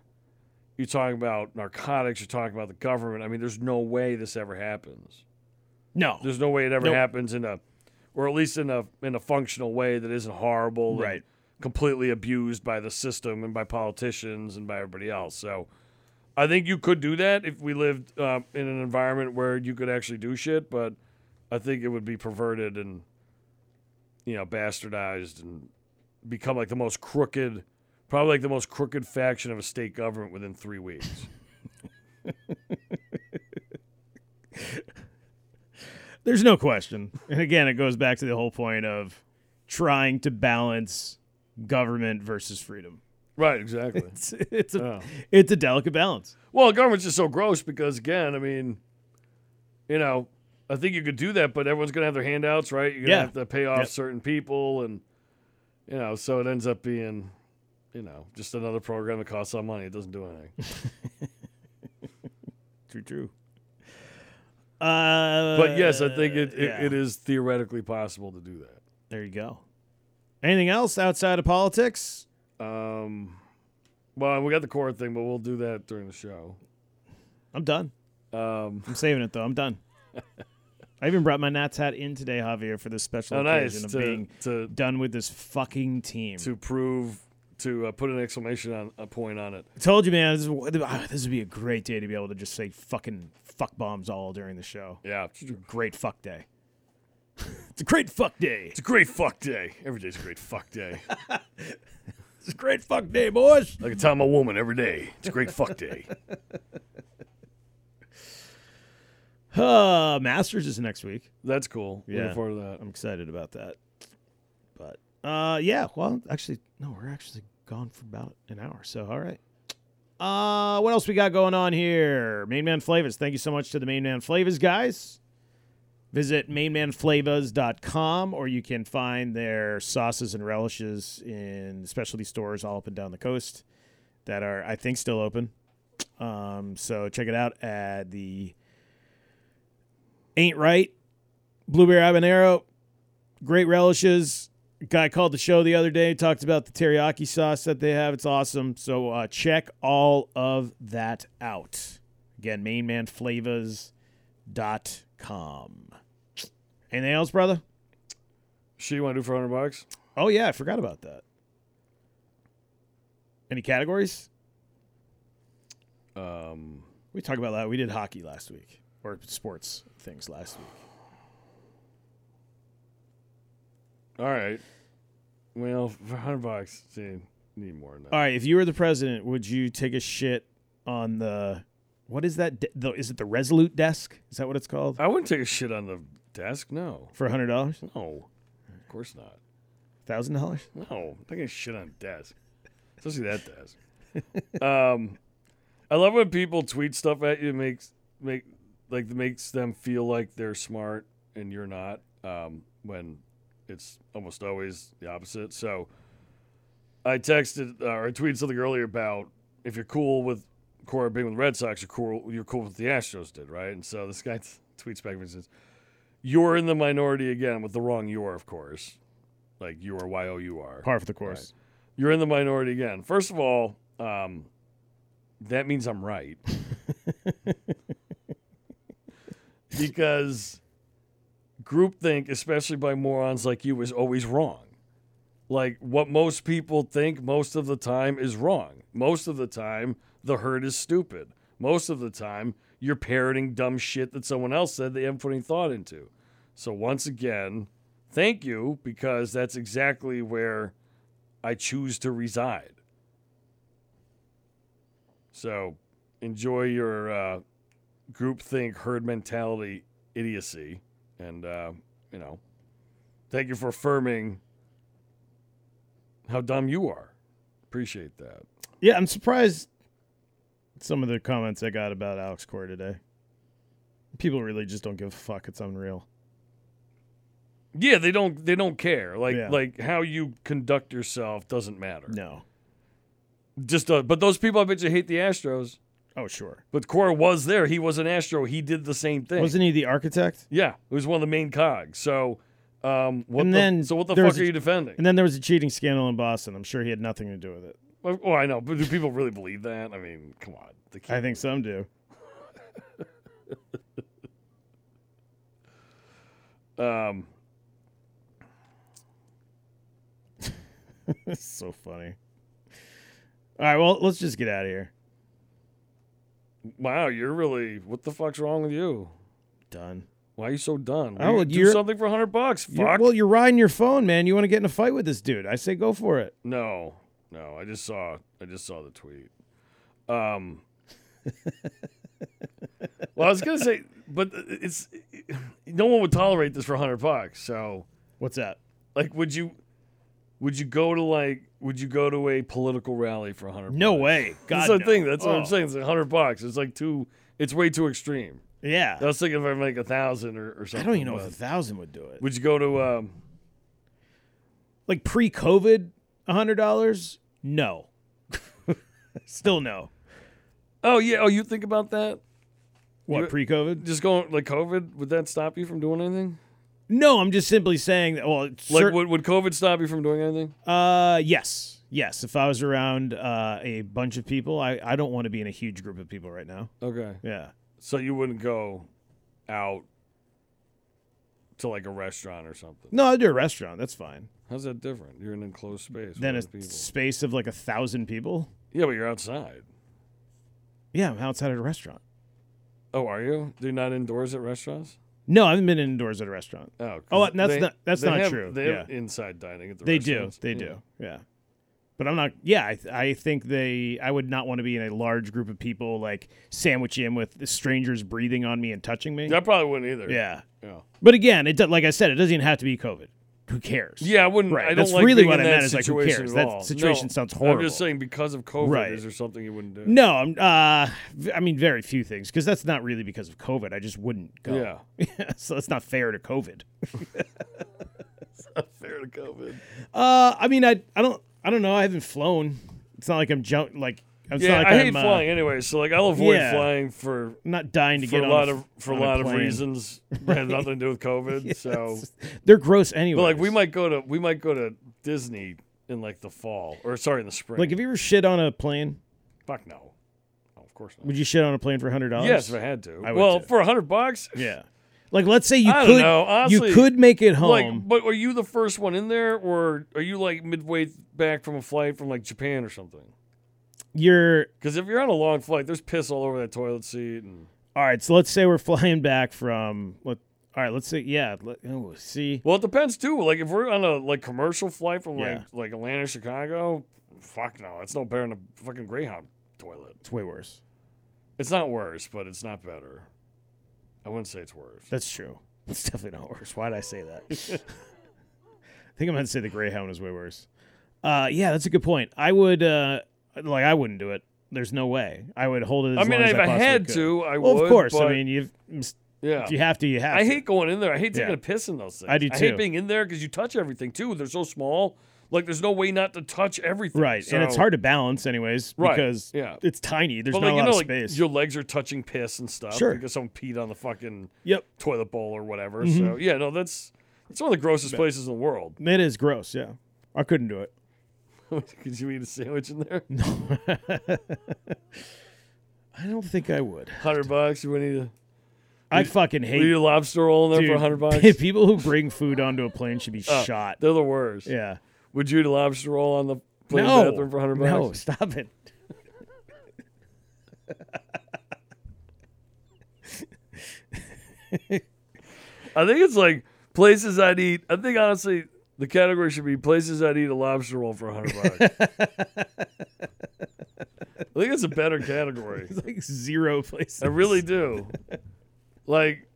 you're talking about narcotics, you're talking about the government. I mean, there's no way this ever happens.
No.
There's no way it ever
Nope.
happens in a, or at least in a in a functional way that isn't horrible, and
Right.
Completely abused by the system and by politicians and by everybody else. So, I think you could do that if we lived uh, in an environment where you could actually do shit. But I think it would be perverted and you know bastardized and become like the most crooked, probably like the most crooked faction of a state government within three weeks.
There's no question. And again, it goes back to the whole point of trying to balance government versus freedom.
right. Exactly.
It's, it's a
Oh.
it's a delicate balance.
Well, government's just so gross because again, I mean, you know, I think you could do that, but everyone's gonna have their handouts, right? You're gonna
Yeah.
have to pay off
Yeah.
certain people, and you know, so it ends up being, you know, just another program that costs some money. It doesn't do anything.
True, true. Uh,
but yes, I think it, it,
yeah.
it is theoretically possible to do that.
There you go. Anything else outside of politics?
Um, well, we got the core thing, but we'll do that during the show.
I'm done.
Um,
I'm saving it though. I'm done. I even brought my Nats hat in today, Javier, for this special
oh,
occasion
nice
of
to,
being
to
done with this fucking team.
to prove to uh, put an exclamation on a point on it.
Told you, man. This, is- ah, this would be a great day to be able to just say fucking fuck bombs all during the show.
Yeah,
Great fuck day. it's a great fuck day.
It's a great fuck day. Every day's a great fuck day.
It's a great fuck day, boys.
Like I tell my woman every day, it's a great fuck day.
Uh, Masters is next week.
That's cool.
Yeah.
Looking forward to that.
I'm excited about that. But uh, yeah. Well, actually, no, we're actually gone for about an hour. So all right. Uh, what else we got going on here? Main Man Flavors. Thank you so much to the Main Man Flavors guys. Visit mainmanflavors.com or you can find their sauces and relishes in specialty stores all up and down the coast that are, I think, still open. Um, so check it out at the Ain't Right Blueberry Habanero, great relishes. A guy called the show the other day, talked about the teriyaki sauce that they have. It's awesome. So uh, check all of that out. Again, mainmanflavors.com. Anything else, brother?
She want to do for hundred bucks?
Oh, yeah, I forgot about that. Any categories?
Um,
We talked about that. We did hockey last week, or sports things last week.
all right. Well, for hundred bucks, see, need more than that.
All right, if you were the president, would you take a shit on the what is that? De- the, is it the Resolute desk? Is that what it's called?
I wouldn't take a shit on the desk. No,
For hundred dollars,
no, of course not.
thousand dollars?
No, I'm not gonna shit on desk, especially that desk. um, I love when people tweet stuff at you. It makes make like that makes them feel like they're smart and you're not. Um, when it's almost always the opposite. So I texted uh, or I tweeted something earlier about if you're cool with Cora being with the Red Sox, you're cool. You're cool with what the Astros did, right? And so this guy tweets back and says, "You're in the minority again with the wrong you are, of course." Like you are Y O U R
Par for the course.
you're in the minority again. First of all, um, that means I'm right. because groupthink, especially by morons like you, is always wrong. Like what most people think most of the time is wrong. Most of the time, the herd is stupid. Most of the time, you're parroting dumb shit that someone else said they haven't put any thought into. So once again, thank you because that's exactly where I choose to reside. So enjoy your uh, groupthink, herd mentality, idiocy, and uh, you know, thank you for affirming how dumb you are. Appreciate that.
Yeah, I'm surprised some of the comments I got about Alex Core today. People really just don't give a fuck. It's unreal.
Yeah, they don't they don't care. Like
Yeah.
like how you conduct yourself doesn't matter.
No.
Just uh, but those people I bet you hate the Astros.
Oh, sure.
But Cora was there. He was an Astro. He did the same thing.
Wasn't he the architect?
yeah, he was one of the main cogs. So um, what
And
the,
then
so what the
there
fuck
was
are
a-
you defending?
And then there was a cheating scandal in Boston. I'm sure he had nothing to do with it.
Oh, I know, but do people really believe that? I mean, come on. They
I
can't-
think some do.
um,
It's so funny. All right, well, let's just get out of here.
wow, you're really what the fuck's wrong with you?
Done.
Why are you so done?
Oh,
Oh, you do
you're-
something for hundred bucks. Fuck.
You're- well, you're riding your phone, man. You want to get in a fight with this dude? I say go for it.
No, no. I just saw. I just saw the tweet. Um. well, I was gonna say, but it's no one would tolerate this for hundred bucks. So,
What's that?
like, would you? Would you go to like? Would you go to a political rally for hundred?
No way. God,
That's the
no.
thing. That's what
Oh.
I'm saying. It's like hundred bucks. It's like too. It's way too extreme.
Yeah.
I was thinking if I make a thousand or, or
I
something.
don't even know if
but-
a thousand would do it.
Would you go to? Um,
Like pre COVID, hundred dollars? No. Still no.
oh yeah. Oh, you think about that?
What
You're-
pre COVID?
Just going like COVID. Would that stop you from doing anything?
No, I'm just simply saying that. Well,
Like,
cer-
would, would COVID stop you from doing anything?
Uh, yes, yes. If I was around uh, a bunch of people, I I don't want to be in a huge group of people right now.
Okay.
Yeah.
So you wouldn't go out to like a restaurant or something.
No, I'd do a restaurant. That's fine.
How's that different? You're in an enclosed space.
Then a
with other people.
space of like a thousand people.
Yeah, but you're outside.
Yeah, I'm outside at a restaurant.
Oh, are you? They're not indoors at restaurants.
No, I haven't been indoors at a restaurant.
Oh, 'cause
Oh, that's
they-
not- that's
they
not
have-
true.
They have
Yeah.
inside dining at the
They do.
restaurants.
They
Yeah.
do. Yeah. But I'm not. Yeah, I, I think they. I would not want to be in a large group of people, like sandwich in with the strangers breathing on me and touching me.
I probably wouldn't either.
Yeah.
Yeah.
But again, it do- like I said, it doesn't even have to be COVID. Who cares?
Yeah, I wouldn't.
Right,
I don't
that's
like
really
being
what
in
I
that
meant is, like, who
situation
cares?
at
That
all.
situation
No,
sounds
I'm
horrible.
just saying because of COVID,
Right.
is there something you wouldn't do?
No, I'm. Uh, v- I mean, very few things because that's not really because of COVID. I just wouldn't go.
Yeah.
so that's not fair to COVID.
Fair to COVID.
Uh, I mean, I I don't I don't know. I haven't flown. It's not like I'm jump like. It's
Yeah,
not like
I hate
am
flying anyway, so like I'll avoid
yeah.
flying for
I'm not dying to
for
get
a
on
lot
a,
of for a
on
lot of
plane.
reasons that have nothing to do with COVID. So,
They're gross anyway.
but like we might go to we might go to Disney in like the fall or sorry in the spring.
Like, have you ever shit on a plane?
fuck no, no of course not.
Would you shit on a plane for hundred dollars?
Yes, if I had to.
I would
well,
too.
for a hundred bucks,
Yeah. Like, let's say you
I don't
could
know, honestly,
you could make it home.
Like, but are you the first one in there, or are you like midway back from a flight from like Japan or something?
you're
Because if you're on a long flight, there's piss all over that toilet seat, and
all right. So let's say we're flying back from. Let, all right. Let's say yeah. Let, oh, see.
well, it depends too. Like if we're on a like commercial flight from like
Yeah.
like Atlanta, Chicago, fuck no, it's no better than a fucking Greyhound toilet.
It's way worse.
It's not worse, but it's not better. I wouldn't say it's worse.
That's true. It's definitely not worse. Why did I say that? I think I meant to say the Greyhound is way worse. Uh, yeah, that's a good point. I would uh, like I wouldn't do it. There's no way. I would hold it. As
I mean,
long as
if
I
I
possibly
had
could.
to, I
Well,
would.
of course.
but,
I mean, you've,
yeah,
if you have to. You have.
I
to.
hate going in there. I hate taking
Yeah.
a piss in those things.
I do
I
too.
hate being in there because you touch everything too. They're so small. Like there's no way not to touch everything.
Right, and it's
So-
hard to balance, anyways,
Right,
because
yeah.
it's tiny. There's
But
not
like
a
you
lot
know,
of
like
space.
your legs are touching piss and stuff
Sure.
because someone peed on the fucking
Yep,
toilet bowl or whatever.
Mm-hmm.
So yeah, no, that's it's one of the grossest places in the world.
it is gross. Yeah, I couldn't do it.
Could you eat a sandwich in there?
I don't think I would.
Hundred bucks. You wouldn't eat a.
I fucking hate
Would you eat a lobster roll in there for
Dude,
hundred bucks?
People who bring food onto a plane should be shot.
They're the worst.
Yeah.
Would you eat a lobster roll on the plane
no.
bathroom for hundred bucks?
no, stop it.
I think it's like places I'd eat. I think honestly, the category should be places I'd eat a lobster roll for hundred bucks. I think it's a better category.
It's like zero places.
I really do. like,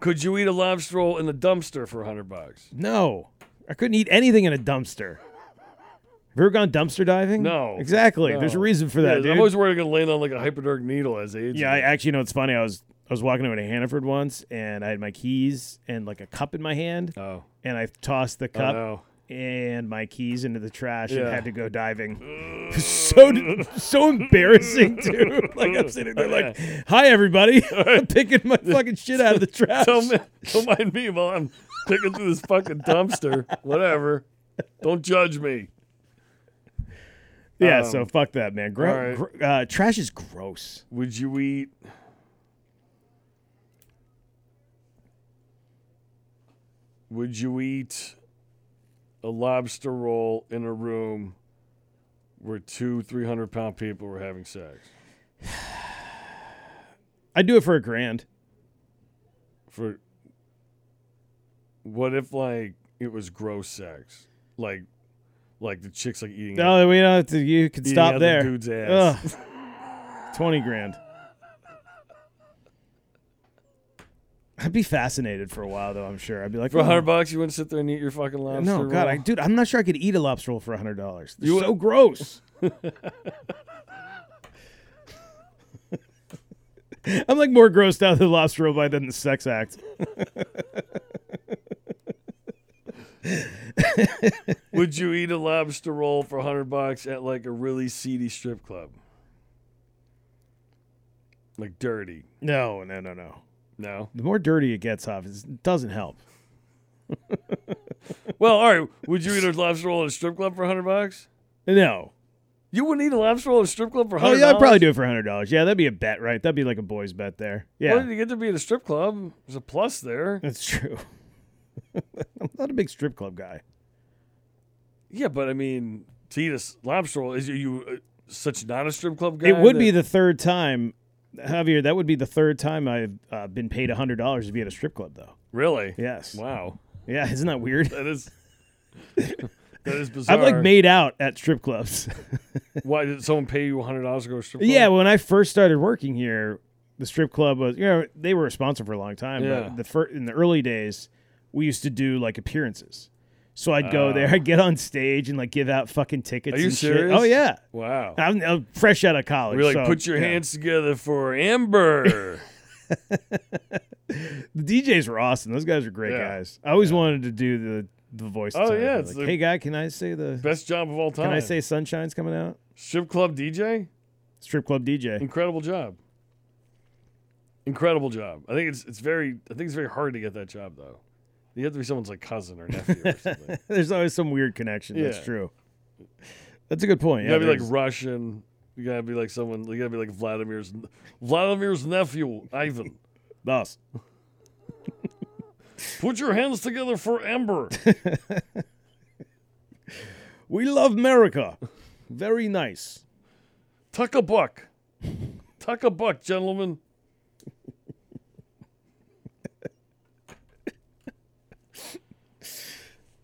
could you eat a lobster roll in the dumpster for hundred bucks?
No, I couldn't eat anything in a dumpster. Have you ever gone dumpster diving?
No,
Exactly. There's a
no.
reason for that,
Yeah,
dude.
I'm always worried I'm gonna land on like a hypodermic needle as age.
Yeah, I actually you know it's funny. I was I was walking over to Hannaford once, and I had my keys and like a cup in my hand,
oh,
and I tossed the
I
cup
know.
and my keys into the trash and
Yeah.
had to go diving. so so embarrassing, dude. Like I'm sitting there, like, "Hi, everybody! I'm picking my fucking shit out of the trash."
Don't, mi- don't mind me while I'm digging through this fucking dumpster. Whatever. Don't judge me.
yeah,
um,
so fuck that, man. Gro-
all right.
gro- uh, trash is gross.
Would you eat? Would you eat a lobster roll in a room where two three hundred pound people were having sex
I do it for a grand.
for? What if like it was gross sex, like like the chicks like eating out-
No, we don't have to. You can
eating out
stop
the
there.
dude's ass.
Ugh. Twenty grand. I'd be fascinated for a while, though. I'm sure. I'd be like,
For a
"Oh,
hundred bucks, you wouldn't sit there and eat your fucking lobster.
no, God,
roll?
I, dude, I'm not sure I could eat a lobster roll for hundred dollars. They're
You-
so gross. I'm like more grossed out of the lobster roll by than the sex act.
Would you eat a lobster roll for hundred bucks at like a really seedy strip club? Like dirty.
No, no, no, no.
No.
The more dirty it gets, off, it doesn't help.
Well, all right. Would you eat a lobster roll at a strip club for hundred bucks?
No.
You wouldn't eat a lobster roll at a strip club for
Oh
hundred.
yeah, I'd probably do it for hundred dollars. Yeah, that'd be a bet, right? That'd be like a boys' bet there. Yeah,
Well, you get to be at a strip club. There's a plus there.
that's true. I'm not a big strip club guy.
Yeah, but I mean, to eat a s- lobster roll is are you uh, such not a strip club guy?
It would
that-
be the third time, Javier. That would be the third time I've uh, been paid hundred dollars to be at a strip club, though.
really.
Yes.
Wow.
Yeah, isn't that weird?
That is. that is bizarre.
I've like made out at strip clubs.
Why did someone pay you hundred dollars to go to a strip club?
yeah, when I first started working here, the strip club was you know they were a sponsor for a long time.
Yeah.
But the fir- in the early days, we used to do like appearances. So I'd go there, I'd get on stage and like give out fucking tickets.
Ah. Are you
and shit.
serious?
Oh yeah.
Wow.
I'm, I'm fresh out of college.
We're like,
so,
put your
yeah.
hands together for Amber.
The DJs were awesome. Those guys were great
Yeah.
guys. I always wanted to do the the voice.
Oh,
design.
yeah,
Like,
it's the-
hey guy, can I say the?
Best job of all time.
Can I say Sunshine's coming out?
strip club DJ?
Strip club DJ.
Incredible job. Incredible job. I think it's it's very I think it's very hard to get that job though. You have to be someone's like cousin or nephew or something.
There's always some weird connection. That's
Yeah.
true. That's a good point.
You
yeah,
gotta be like
there's-
Russian. You gotta be like someone. You gotta be like Vladimir's Vladimir's nephew Ivan.
boss.
Put your hands together for Amber.
We love America. Very nice.
Tuck a buck. Tuck a buck, gentlemen.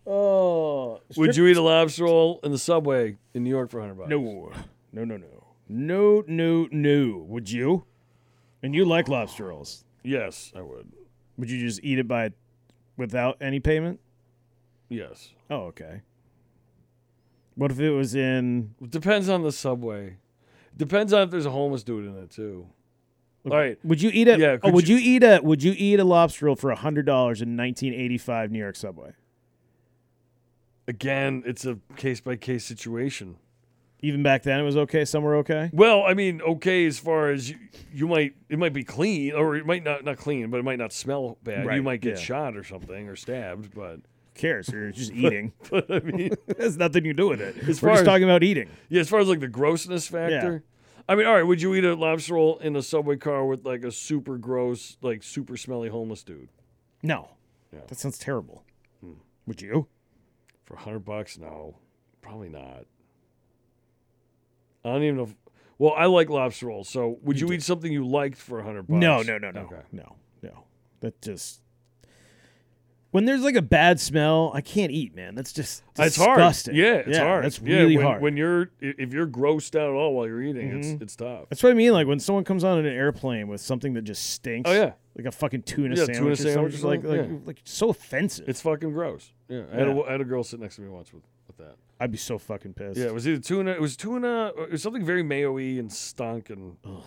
Oh,
Would you eat a lobster roll in the subway in New York for 100 bucks?
no, no, no, no, no, no, no. Would you? And you like lobster rolls?
Yes, I would.
Would you just eat it by, without any payment?
Yes.
Oh, okay. What if it was in?
Depends on the subway. Depends on if there's a homeless dude in it too. All right.
Would you eat a?
Yeah,
oh,
could
would you, eat a? Would you eat a lobster roll for hundred dollars in 1985 New York subway?
Again, it's a case by case situation.
Even back then, it was okay. Some were okay.
Well, I mean, okay, as far as you, you might, it might be clean, or it might not not clean, but it might not smell bad.
Right,
You might get
yeah.
shot or something or stabbed, but
Who cares? You're just eating.
but I mean,
There's nothing you do with it. We're
far
just
as-
talking about eating.
yeah. As far as like the grossness factor, I mean, all right. Would you eat a lobster roll in a subway car with like a super gross, like super smelly homeless dude
No.
Yeah. Hmm.
That sounds terrible. Would you?
for hundred bucks? No, probably not. I don't even know. If, well, I like lobster rolls, so would you, eat something you liked for hundred bucks?
No, no, no, no.
Okay.
No, no. That just. When there's like a bad smell, I can't eat, man. That's just
It's hard.
disgusting.
Yeah, it's hard.
That's
Yeah,
really
when,
hard. Mm-hmm.
When you're i- if you're grossed out at all while you're eating, it's it's tough.
That's what I mean. Like when someone comes on an airplane with something that just stinks.
Oh, yeah.
like a fucking tuna
Yeah,
sandwich.
tuna
or something,
sandwich or
just like like,
something, yeah.
like so offensive.
It's fucking gross. Yeah, I, had
Yeah.
a, I had a girl sit next to me once with, with that.
I'd be so fucking pissed.
Yeah, it was either tuna. It was tuna. Or it was something very mayo-y and stunk and
Oh,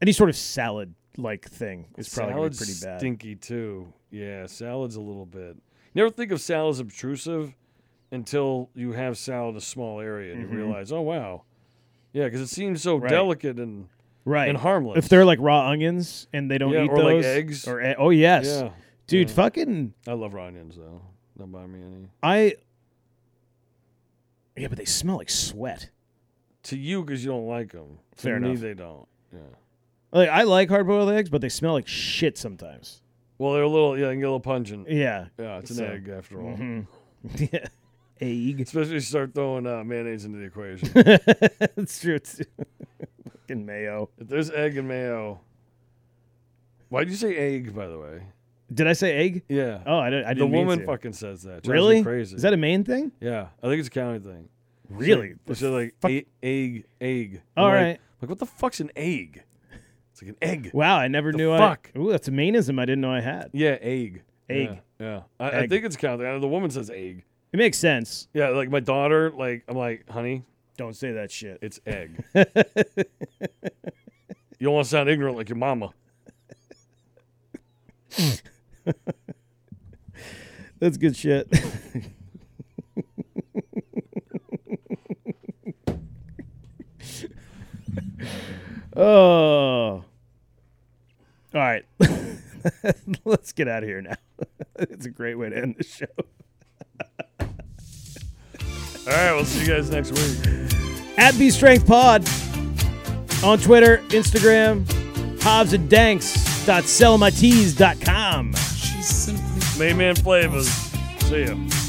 Any sort of salad like thing is probably gonna be
salad's
pretty bad.
stinky too. Yeah, salad's a little bit. You never think of salad as obtrusive until you have salad in a small area and you realize, oh wow, yeah, because it seems so
Mm-hmm. Right.
delicate and
right.
and harmless.
if they're like raw onions and they don't
Yeah,
eat
or, like,
those
eggs.
or e- oh yes,
yeah,
dude, fucking
I love raw onions though. Don't buy me any.
I. Yeah, but they smell like sweat.
To you, because you don't like them. To
Fair
me,
enough.
they don't. Yeah.
Like I like hard boiled eggs, but they smell like shit sometimes.
Well, they're a little yeah, they can get a little pungent.
Yeah,
Yeah, it's an
So-
egg after all.
yeah, egg.
Especially if you start throwing uh, mayonnaise into the equation.
it's true. It's fucking mayo.
if there's egg and mayo, why'd you say egg? By the way,
Did I say egg?
yeah.
Oh, I didn't. I
the
didn't mean
woman
to.
fucking says that. Drives me
really
crazy.
Is that a main thing?
yeah? I think it's a county thing.
Really?
It's like
fuck-
e- egg, egg.
All
I'm like-
right.
Like what the fuck's an egg? It's like an egg.
Wow, I never
The
knew.
fuck?
I. Ooh, that's a mainism I didn't know I had.
Yeah, egg.
Egg.
Yeah. yeah. I, I
Egg.
think it's county. The woman says egg.
It makes sense.
Yeah, like my daughter, like I'm like, honey,
Don't say that shit.
it's egg. you don't want to sound ignorant like your mama.
That's good shit. oh. All right. Let's get out of here now. it's a great way to end the show.
All right, we'll see you guys next week.
At B Strength Pod on Twitter, Instagram, Hobbs and Danks.sellmytees.com.
Main man flavors. See ya.